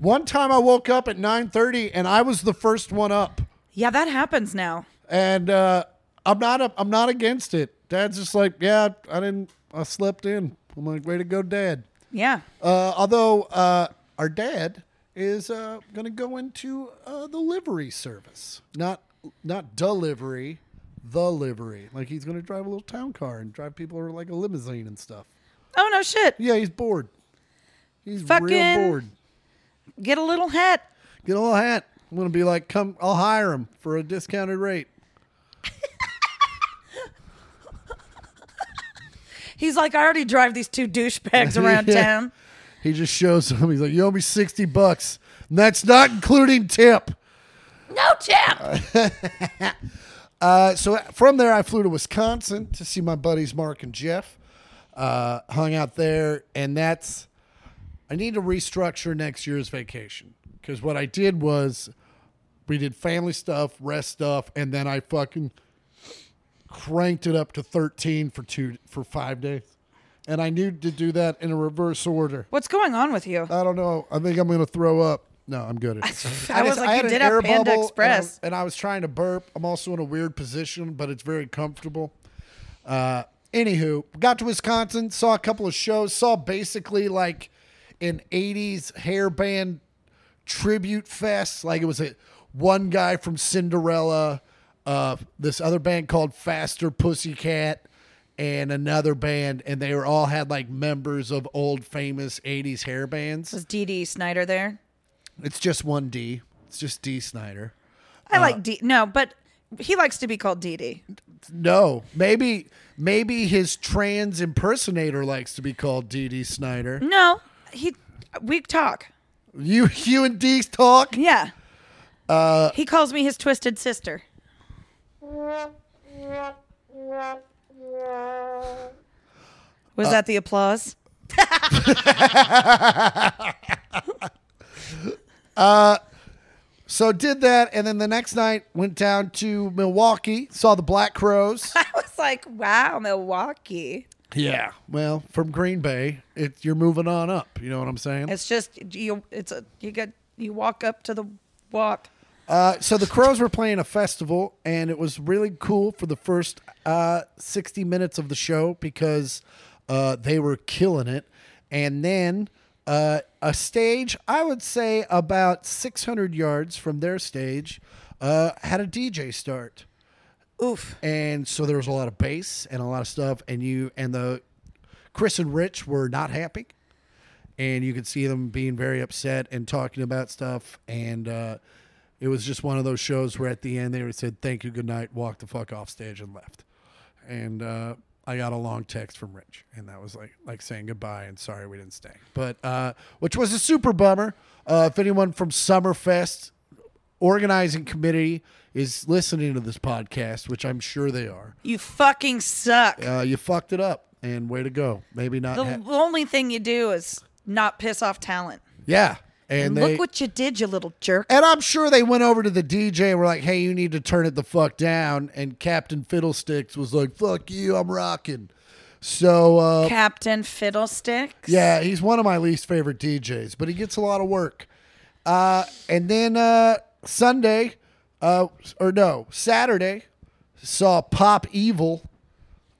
A: one time I woke up at 9.30 and I was the first one up.
B: Yeah, that happens now.
A: and uh, I'm not a, I'm not against it. Dad's just like, yeah, I didn't, I slept in. I'm like, way to go, Dad.
B: Yeah.
A: Uh, although uh, our dad is uh, going to go into uh, the livery service, not not delivery, the livery. Like he's going to drive a little town car and drive people around like a limousine and stuff.
B: Oh no, shit.
A: Yeah, he's bored. He's real
B: Fucking-
A: bored.
B: Get a little hat.
A: Get a little hat. I'm going to be like, come, I'll hire him for a discounted rate.
B: He's like, I already drive these two douchebags around
A: Yeah.
B: town.
A: He just shows him. He's like, "You owe me sixty bucks, and that's not including tip."
B: No tip.
A: Uh, so from there, I flew to Wisconsin to see my buddies Mark and Jeff. Uh, hung out there, and that's. I need to restructure next year's vacation because what I did was, we did family stuff, rest stuff, and then I fucking cranked it up to thirteen for two for five days, and I need to do that in a reverse order.
B: What's going on with you?
A: I don't know. I think I'm going to throw up. No, I'm good. At it.
B: I was like,
A: had
B: you
A: an
B: did have
A: air
B: Panda
A: bubble,
B: Express.
A: and I, and I was trying to burp. I'm also in a weird position, but it's very comfortable. Uh, anywho, got to Wisconsin, saw a couple of shows, saw basically like an '80s hair band tribute fest. Like it was a one guy from Cinderella, uh, this other band called Faster Pussycat, and another band, and they were all had like members of old famous '80s hair bands.
B: Was DD Snyder there?
A: It's just one D. It's just D Snyder. Uh,
B: I like D. No, but he likes to be called DD.
A: No, maybe maybe his trans impersonator likes to be called DD Snyder.
B: No, he. We talk.
A: You you and D talk.
B: Yeah. Uh, he calls me his twisted sister. Was
A: Uh,
B: that the applause?
A: So did that, and then the next night went down to Milwaukee, saw the Black Crows.
B: I was like, wow, Milwaukee.
A: yeah, well, from Green Bay, it, you're moving on up. You know what I'm saying?
B: It's just you. It's a you get you walk up to the walk.
A: Uh, so the Crows were playing a festival, and it was really cool for the first uh, 60 minutes of the show because uh, they were killing it. And then uh, a stage, I would say about 600 yards from their stage, uh, had a DJ start
B: Oof.
A: and so there was a lot of bass and a lot of stuff and you and the Chris and Rich were not happy, and you could see them being very upset and talking about stuff. And uh, it was just one of those shows where at the end they said thank you, good night, walked the fuck off stage and left. And uh, I got a long text from Rich, and that was like like saying goodbye and sorry we didn't stay, but uh, which was a super bummer. Uh, if anyone from Summerfest organizing committee is listening to this podcast, which I'm sure they are.
B: You fucking suck.
A: Uh, you fucked it up, and way to go. Maybe not.
B: The
A: ha-
B: only thing you do is not piss off talent.
A: yeah, and, they
B: Look what you did, you little jerk.
A: and I'm sure they went over to the DJ and were like, "Hey, you need to turn it the fuck down." And Captain Fiddlesticks was like, "Fuck you, I'm rocking." So uh,
B: Captain Fiddlesticks.
A: Yeah, he's one of my least favorite DJs, but he gets a lot of work. Uh, and then uh, Sunday, uh, or no, Saturday, saw Pop Evil,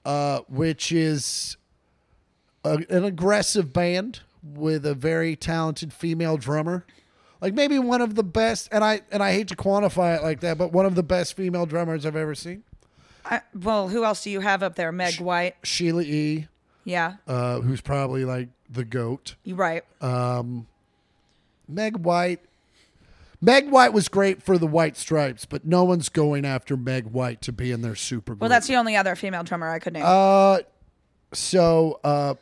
A: uh, which is a, an aggressive band with a very talented female drummer. Like maybe one of the best, and I and I hate to quantify it like that, but one of the best female drummers I've ever seen.
B: I, well, who else do you have up there? Meg White.
A: Sheila E,
B: Yeah.
A: uh, who's probably like the goat.
B: You're right.
A: Meg White. Meg White was great for the White Stripes, but no one's going after Meg White to be in their super group.
B: well, that's the only other female drummer I could name.
A: Uh, so. Uh,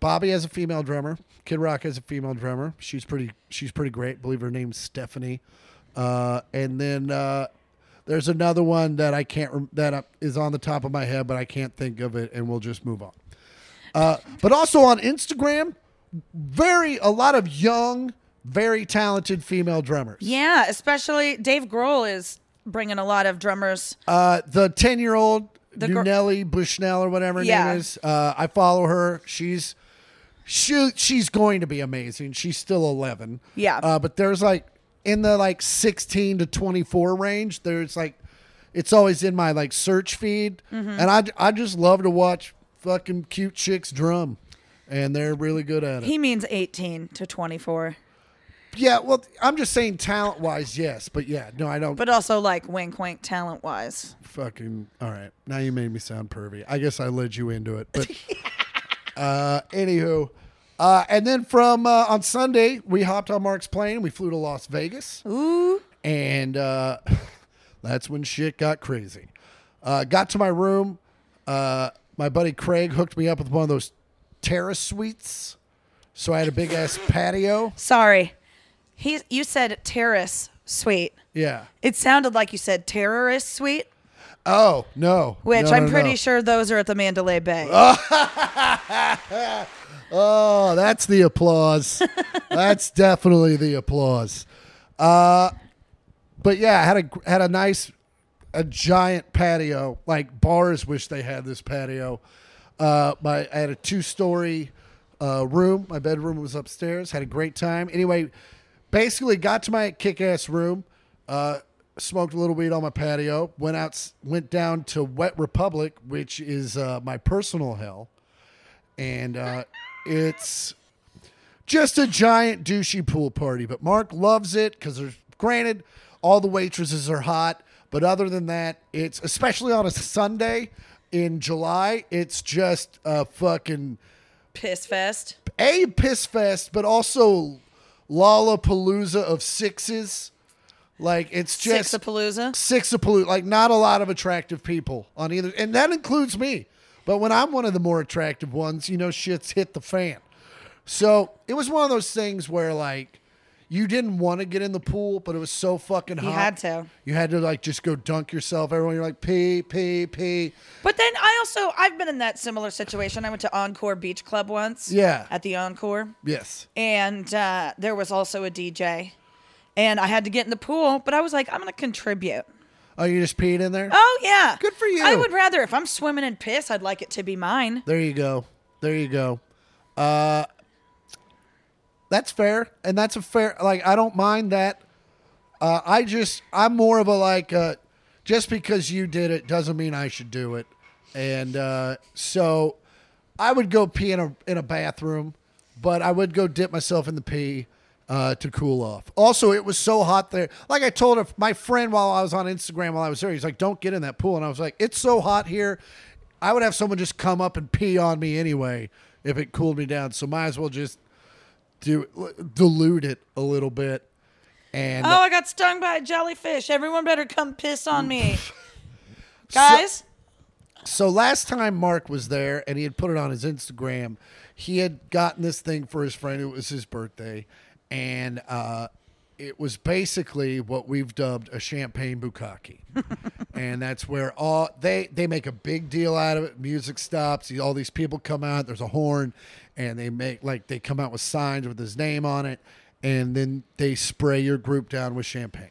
A: Bobby has a female drummer. Kid Rock has a female drummer. She's pretty. She's pretty great. I believe her name's Stephanie. Uh, and then uh, there's another one that I can't rem- that uh, is on the top of my head, but I can't think of it, and we'll just move on. Uh, but also on Instagram, very a lot of young, very talented female drummers.
B: yeah, especially Dave Grohl is bringing a lot of drummers.
A: Uh, the ten year old
B: The gir-
A: Nelly Bushnell or whatever her
B: Yeah.
A: name is. Uh, I follow her. She's she she's going to be amazing. She's still eleven.
B: Yeah.
A: Uh, but there's like in the like sixteen to twenty four range. There's like it's always in my like search feed,
B: Mm-hmm.
A: and I I just love to watch fucking cute chicks drum, and they're really good at it.
B: He means 18 to 24,
A: yeah. Well, I'm just saying talent wise, yes, but yeah, no, I don't.
B: but also like wink wink talent wise.
A: fucking all right now you made me sound pervy i guess i led you into it but uh anywho uh and then from uh, on sunday we hopped on mark's plane we flew to las vegas
B: Ooh.
A: and uh that's when shit got crazy uh got to my room uh my buddy craig hooked me up with one of those terrace suites so i had a big ass patio
B: Sorry. He, you said terrace suite.
A: yeah
B: It sounded like you said terrorist suite,
A: oh no
B: which
A: No,
B: I'm
A: no, Uh,
B: pretty
A: no.
B: sure those are at the Mandalay Bay.
A: Oh, that's the applause. that's definitely the applause. Uh, but yeah, I had a had a nice, a giant patio. Like bars wish they had this patio. Uh, my I had a two story uh, room. My bedroom was upstairs. Had a great time. Anyway, basically got to my kick ass room. Uh, smoked a little weed on my patio. Went out. Went down to Wet Republic, which is uh, my personal hell and uh, it's just a giant douchey pool party. But Mark loves it because there's granted all the waitresses are hot, but other than that, it's especially on a Sunday in July, it's just a fucking
B: Piss fest.
A: a piss fest, but also Lollapalooza of sixes. Like it's just
B: Sixapalooza.
A: six of pollute like not a lot of attractive people on either and that includes me but when i'm one of the more attractive ones you know shit's hit the fan so it was one of those things where like you didn't want to get in the pool but it was so fucking hot
B: had to.
A: you had to like just go dunk yourself everyone you're like pee pee pee
B: But then I also I've been in that similar situation. I went to Encore Beach Club once.
A: Yeah.
B: At the Encore,
A: yes
B: and uh, there was also a DJ, and I had to get in the pool. But I was like, I'm gonna contribute.
A: oh you just peed in there
B: Oh yeah.
A: Good for you.
B: I would rather if I'm swimming in piss, I'd like it to be mine.
A: There you go. There you go. Uh, that's fair, and that's a fair. Like I don't mind that. Uh, I just I'm more of a like uh, just because you did it doesn't mean I should do it, and uh, so I would go pee in a in a bathroom, but I would go dip myself in the pee. Uh, to cool off. Also, it was so hot there. Like I told her, my friend while I was on Instagram while I was there, he's like, "Don't get in that pool," and I was like, "It's so hot here. I would have someone just come up and pee on me anyway if it cooled me down. So might as well just do dilute it a little bit. And uh,
B: Oh, I got stung by a jellyfish. Everyone better come piss on me. Guys,
A: so last time Mark was there and he had put it on his Instagram, he had gotten this thing for his friend. It was his birthday. And uh, it was basically what we've dubbed a champagne bukkake. and that's where all they, they make a big deal out of it. Music stops. All these people come out. There's a horn. And they make like they come out with signs with his name on it. And then they spray your group down with champagne.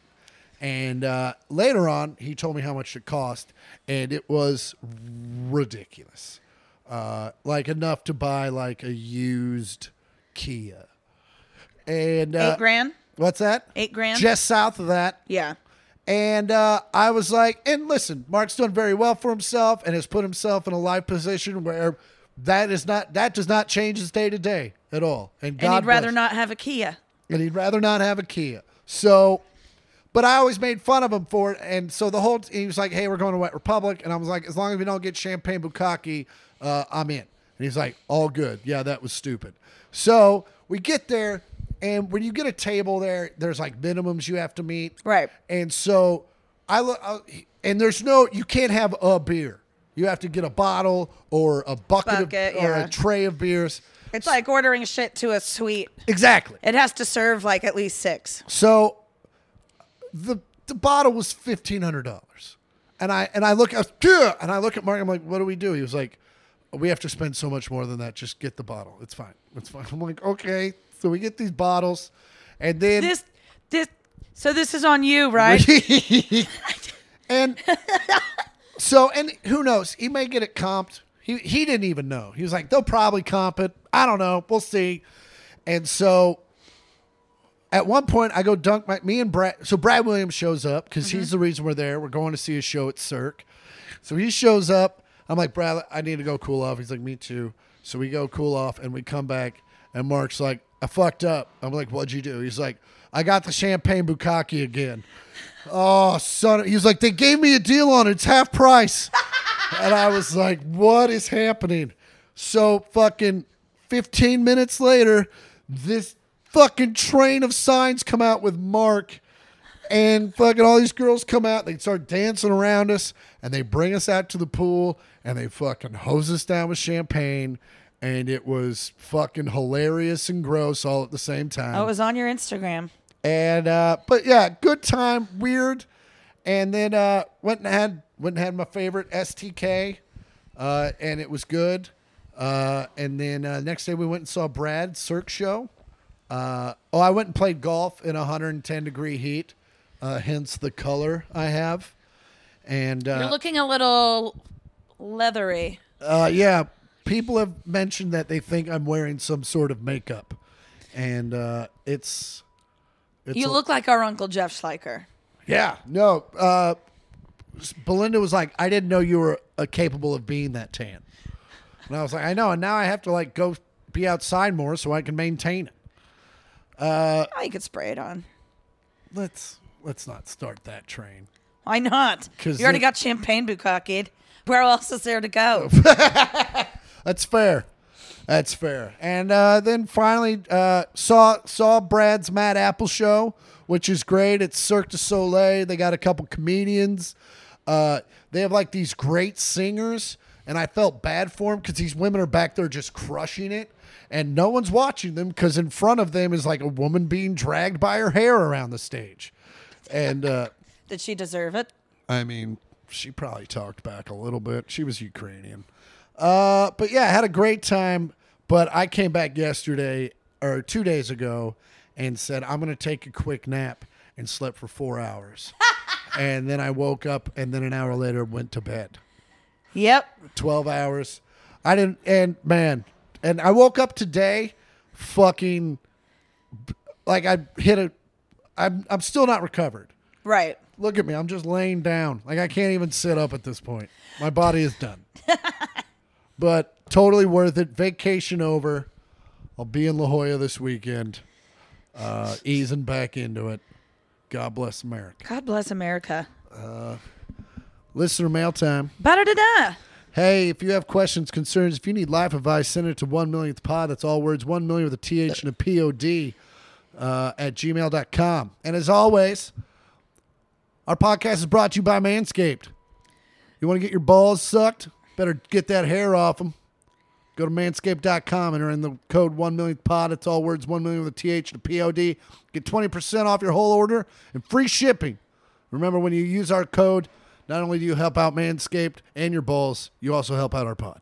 A: And uh, later on, he told me how much it cost, and it was ridiculous. Uh, like enough to buy like a used Kia. And uh,
B: eight grand.
A: What's that?
B: Eight grand?
A: Just south of that.
B: Yeah.
A: And uh, I was like, and listen, Mark's done very well for himself and has put himself in a life position where that is not that does not change his day to day at all. And
B: And
A: God
B: he'd rather
A: bless
B: not have a Kia.
A: and he'd rather not have a Kia. So, but I always made fun of him for it. And so the whole he was like, "Hey, we're going to Wet Republic," and I was like, "As long as we don't get champagne bukkake, uh, I'm in." And he's like, "All good. Yeah, that was stupid." So we get there, and when you get a table there, there's like minimums you have to meet,
B: Right.
A: and so I look, and there's no, you can't have a beer. You have to get a bottle or a bucket, of-
B: Bucket,
A: or
B: yeah.
A: a tray of beers.
B: It's like ordering shit to a suite.
A: Exactly.
B: It has to serve like at least six.
A: So the the bottle was fifteen hundred dollars, and I and I look I was, "Gah!" and I look at Mark. I'm like, what do we do? He was like, we have to spend so much more than that. Just get the bottle. It's fine. It's fine. I'm like, okay. So we get these bottles, and then
B: This, this, so this is on you, right?
A: and so and who knows? He may get it comped. He he didn't even know. He was like, they'll probably comp it. I don't know. We'll see. And so at one point I go dunk my me and Brad so Brad Williams shows up because he's the reason we're there. We're going to see a show at Cirque. So he shows up. I'm like, Brad, I need to go cool off. He's like, Me too. So we go cool off and we come back and Mark's like, I fucked up. I'm like, What'd you do? He's like, I got the champagne bukkake again. Oh, son. of-" He was like, They gave me a deal on it. It's half price. and I was like, What is happening? So fucking 15 minutes later, this fucking train of signs come out with Mark and fucking all these girls come out. They start dancing around us, and they bring us out to the pool, and they fucking hose us down with champagne, and it was fucking hilarious and gross all at the same time.
B: Oh, it was on your Instagram.
A: and uh, but yeah, good time, weird. And then uh, went and had went and had my favorite STK, uh, and it was good. Uh, and then uh, next day we went and saw Brad Cirque show. Uh, oh, I went and played golf in 110 degree heat, uh, hence the color I have. And
B: You're
A: uh,
B: looking a little leathery.
A: uh, yeah, people have mentioned that they think I'm wearing some sort of makeup, and uh, it's, it's
B: You
A: a-
B: look like our Uncle Jeff Schleicher.
A: Yeah. No. Uh, Belinda was like, I didn't know you were uh, capable of being that tan. And I was like, I know. And now I have to like go be outside more so I can maintain it.
B: Oh, you could spray it on.
A: Let's let's not start that train.
B: Why not?
A: 'Cause
B: You already
A: it-
B: got champagne bukkakeed. Where else is there to go?
A: That's fair. That's fair. And uh, then finally uh, saw saw Brad's Matt Apple show, which is great. It's Cirque du Soleil. They got a couple comedians. Uh, they have like these great singers, and I felt bad for him because these women are back there just crushing it, and no one's watching them because in front of them is like a woman being dragged by her hair around the stage, and. Uh,
B: Did she deserve it?
A: I mean, she probably talked back a little bit. She was Ukrainian. Uh, but yeah, had a great time. But I came back yesterday or two days ago and said, I'm going to take a quick nap and slept for four hours. and then I woke up and then an hour later went to bed.
B: Yep.
A: 12 hours. I didn't, and man, and I woke up today fucking like I hit a, I'm, I'm still not recovered
B: Right.
A: look at me. I'm just laying down. Like I can't even sit up at this point. My body is done. but totally worth it. Vacation over. I'll be in La Jolla this weekend. Uh, easing back into it. God bless America.
B: God bless America.
A: Listener mail time.
B: Ba da da da.
A: Hey, if you have questions, concerns, if you need life advice, send it to 1 millionth pod. That's all words 1 million with a TH and a POD uh, at gmail.com. And as always, our podcast is brought to you by Manscaped. You want to get your balls sucked? Better get that hair off them. Go to manscaped.com and in the code 1 millionth pod. It's all words 1 million with a TH and a POD. Get 20% off your whole order and free shipping. Remember, when you use our code, not only do you help out Manscaped and your balls, you also help out our pod.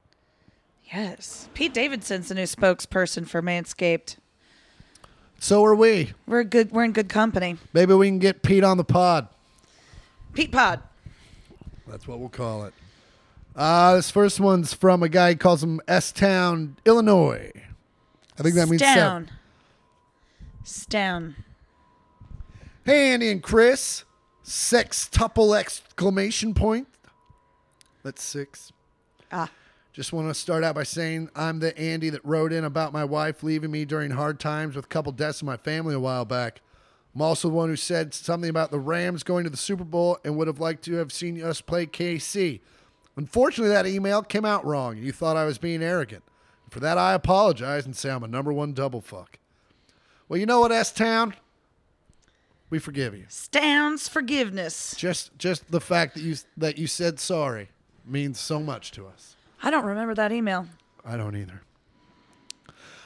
B: Yes. Pete Davidson's the new spokesperson for Manscaped.
A: So are we.
B: We're good. We're in good company.
A: Maybe we can get Pete on the pod.
B: Pete Pod.
A: That's what we'll call it. Uh, this first one's from a guy who calls him S Town, Illinois. I think that means
B: Stown.
A: South.
B: Stown.
A: Hey, Andy and Chris. Sextuple exclamation point. That's six.
B: Ah.
A: Just want to start out by saying I'm the Andy that wrote in about my wife leaving me during hard times with a couple deaths in my family a while back. I'm also the one who said something about the Rams going to the Super Bowl and would have liked to have seen us play KC. Unfortunately, that email came out wrong and you thought I was being arrogant. For that, I apologize and say I'm a number one double fuck. Well, you know what, S Town? We forgive you.
B: Stown's forgiveness.
A: Just just the fact that you that you said sorry means so much to us.
B: I don't remember that email.
A: I don't either.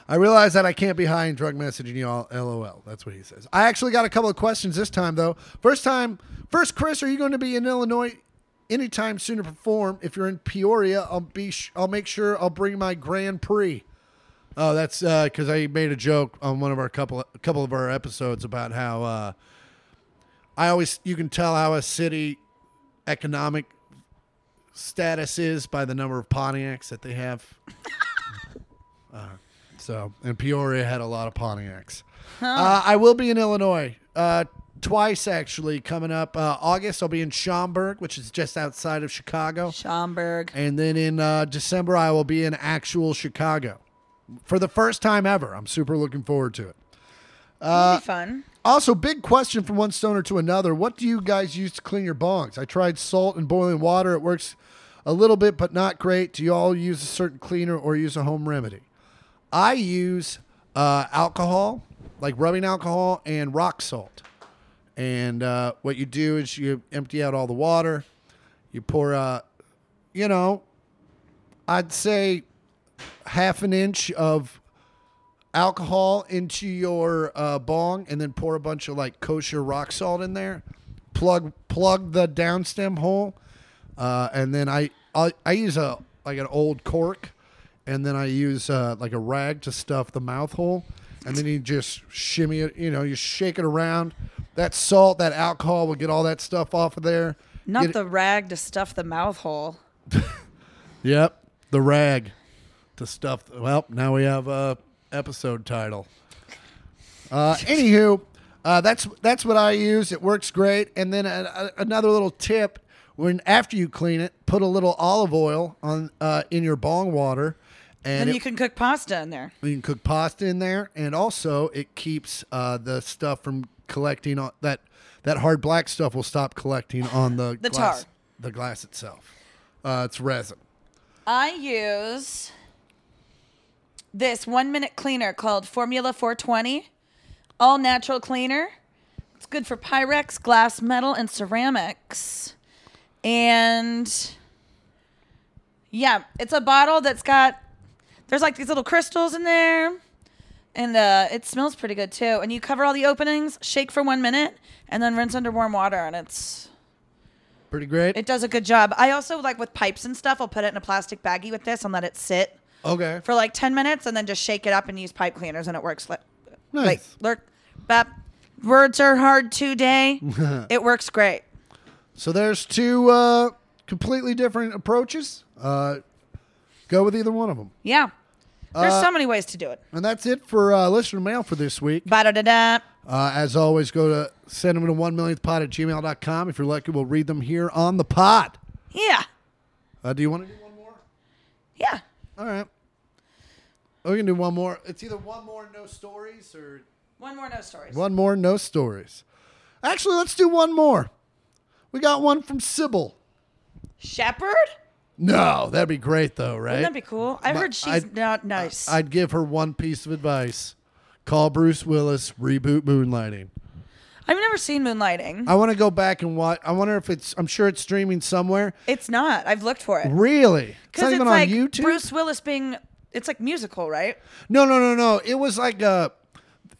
A: I realize that I can't be high and drug messaging y'all. LOL. That's what he says. I actually got a couple of questions this time though. First time, first Chris, are you going to be in Illinois anytime soon to perform? If you're in Peoria, I'll be. Sh- I'll make sure I'll bring my Grand Prix. Oh, that's because I made a joke on one of our couple a couple of our episodes about how uh, I always you can tell how a city economic status is by the number of Pontiacs that they have. uh, so, and Peoria had a lot of Pontiacs. Uh, I will be in Illinois uh, twice, actually, coming up uh, August. I'll be in Schaumburg, which is just outside of Chicago.
B: Schomburg.
A: And then in uh, December, I will be in actual Chicago for the first time ever. I'm super looking forward to it. Uh,
B: That'll be fun.
A: Also, big question from one stoner to another. What do you guys use to clean your bongs? I tried salt and boiling water. It works a little bit, but not great. Do you all use a certain cleaner or use a home remedy? I use uh, alcohol, like rubbing alcohol, and rock salt. And uh, what you do is you empty out all the water. You pour, uh, you know, I'd say half an inch of alcohol into your uh, bong and then pour a bunch of like kosher rock salt in there. Plug plug the downstem hole, uh, and then I, I I use a like an old cork, and then I use uh, like a rag to stuff the mouth hole, and then you just shimmy it. You know, you shake it around. That salt, that alcohol will get all that stuff off of there.
B: Not
A: Get it-
B: the rag to stuff the mouth hole.
A: Yep, the rag to stuff. Well, now we have a episode title. Uh, anywho, uh, that's that's what I use. It works great. And then a, a- another little tip: when after you clean it, put a little olive oil on uh, in your bong water, and
B: And
A: it-
B: you can cook pasta in there.
A: you can cook pasta in there, and also it keeps uh, the stuff from collecting on that that hard black stuff will stop collecting on the
B: The
A: glass,
B: tar.
A: the glass itself. Uh, it's resin.
B: I use this one minute cleaner called Formula 420, all natural cleaner. It's good for Pyrex, glass, metal, and ceramics. And yeah, it's a bottle that's got, there's like these little crystals in there. And uh, it smells pretty good too. And you cover all the openings, shake for one minute, and then rinse under warm water. And it's
A: Pretty great.
B: it does a good job. I also like with pipes and stuff. I'll put it in a plastic baggie with this and let it sit
A: okay.
B: for like ten minutes, and then just shake it up and use pipe cleaners, and it works. Like,
A: Nice.
B: like lurk, bap. Words are hard today. it works great.
A: So there's two uh, completely different approaches. Uh, go with either one of them.
B: Yeah, there's
A: Uh,
B: so many ways to do it.
A: And that's it for uh, listener mail for this week.
B: Ba da da da.
A: Uh, as always, go to send them to 1 millionth pot at gmail.com. If you're lucky, we'll read them here on the pot.
B: Yeah,
A: Uh, do you want to do one more?
B: yeah.
A: All right. Oh, we can do one more. It's either one more, no stories, or
B: One more no stories.
A: one more, no stories. Actually, let's do one more. We got one from Sybil.
B: Shepherd?
A: No, that'd be great though, right?
B: Wouldn't that be cool? I
A: My-
B: heard she's
A: I'd-
B: not nice.
A: I'd give her one piece of advice: call Bruce Willis, reboot Moonlighting.
B: I've never seen Moonlighting.
A: I want to go back and watch. I wonder if it's. I'm sure it's streaming somewhere.
B: it's not. I've looked for it.
A: Really? It's not
B: Because it's
A: even
B: like
A: on YouTube.
B: Bruce Willis being. It's like musical, right?
A: No, no, no, no. It was like a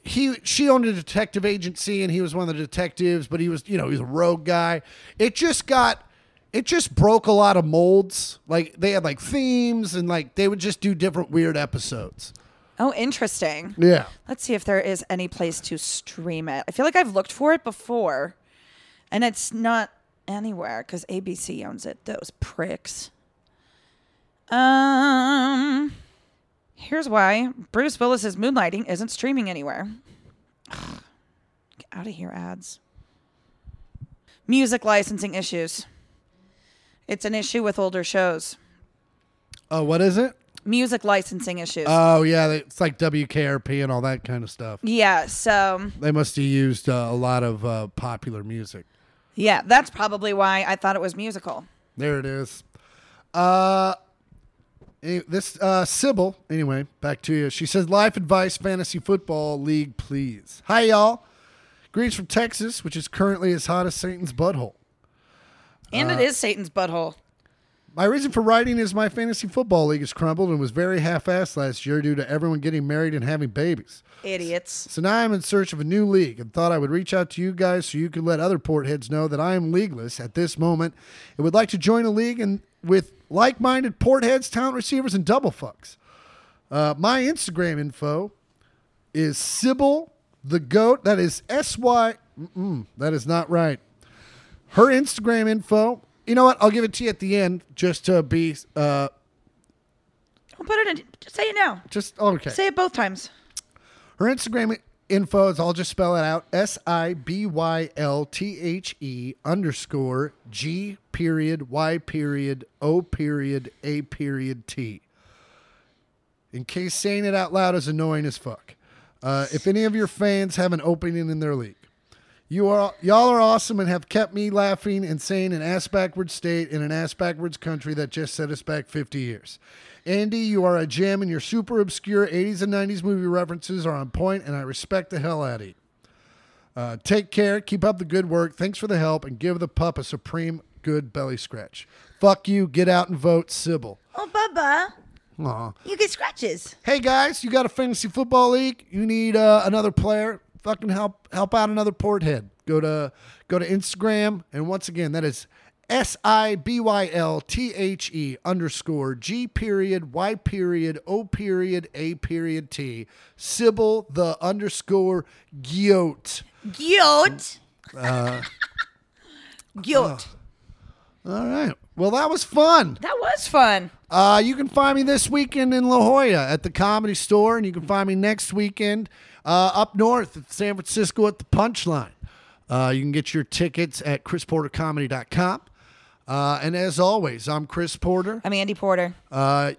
A: he she owned a detective agency and he was one of the detectives, but he was, you know, he was a rogue guy. It just got it just broke a lot of molds. Like they had like themes and like they would just do different weird episodes.
B: Oh, interesting.
A: Yeah.
B: Let's see if there is any place to stream it. I feel like I've looked for it before, and it's not anywhere because ABC owns it. Those pricks. Um, here's why Bruce Willis's Moonlighting isn't streaming anywhere. Ugh. Get out of here, ads. Music licensing issues. It's an issue with older shows.
A: Oh, what is it?
B: Music licensing issues.
A: Oh yeah, they- it's like WKRP and all that kind of stuff.
B: yeah, so
A: They must have used uh, a lot of uh, popular music.
B: yeah, that's probably why I thought it was musical.
A: There it is. Uh, eh, this uh, Sybil. Anyway, back to you. She says, "Life advice, fantasy football league, please." Hi, y'all. Greetings from Texas, which is currently as hot as Satan's butthole.
B: And it is Satan's butthole.
A: My reason for writing is my fantasy football league has crumbled and was very half-assed last year due to everyone getting married and having babies.
B: Idiots.
A: So now I'm in search of a new league and thought I would reach out to you guys so you could let other port heads know that I am leagueless at this moment and would like to join a league and with like minded port heads, talent receivers, and double fucks. Uh, my Instagram info is Sybil the Goat. That is S Y. Mm-mm, that is not right. Her Instagram info. You know what? I'll give it to you at the end just to be. Uh,
B: I'll put it in. Just say it now.
A: just okay.
B: Say it both times.
A: Her Instagram info is I'll just spell it out S I B Y L T H E underscore G period Y period O period A period T. In case saying it out loud is annoying as fuck. Uh, if any of your fans have an opening in their league, you are y'all are awesome and have kept me laughing and saying an ass backwards state in an ass backwards country that just set us back 50 years. Andy, you are a gem and your super obscure 80s and 90s movie references are on point and I respect the hell out of you. Uh, take care, keep up the good work. Thanks for the help and give the pup a supreme good belly scratch. Fuck you, get out and vote Sybil.
B: Oh, Bubba,
A: Aw.
B: you get scratches.
A: Hey guys, you got a fantasy football league? You need uh, another player? Fucking help help out another port head. Go to go to Instagram and once again that is S I B Y L T H E underscore G period Y period O period A period T Sybil the underscore Guillot.
B: Guilt. Uh, Guilt.
A: All right. Well, that was fun.
B: that was fun.
A: Uh, you can find me this weekend in La Jolla at the Comedy Store, and you can find me next weekend uh, up north at San Francisco at the Punchline. Uh, you can get your tickets at chrisportercomedy.com. Uh, and as always, I'm Chris Porter.
B: I'm Andy Porter.
A: Uh,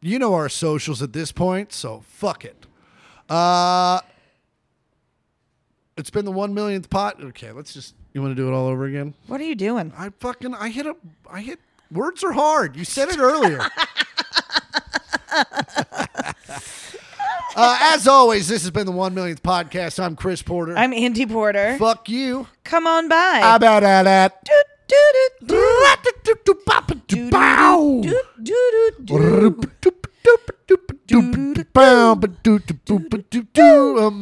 A: you know our socials at this point, so fuck it. Uh, it's been the one millionth pot. Okay, let's just. You want to do it all over again?
B: What are you doing?
A: I fucking I hit a I hit words are hard. You said it earlier. uh, as always, this has been the one millionth podcast. I'm Chris Porter.
B: I'm Andy Porter.
A: Fuck you.
B: Come on by.
A: about that.
B: Doot, doot, doot, doot,
A: Bow.
B: doot, doot, doot, doot.
A: A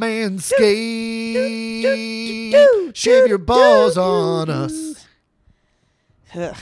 A: manscape. Shave your balls on us.
B: Ugh.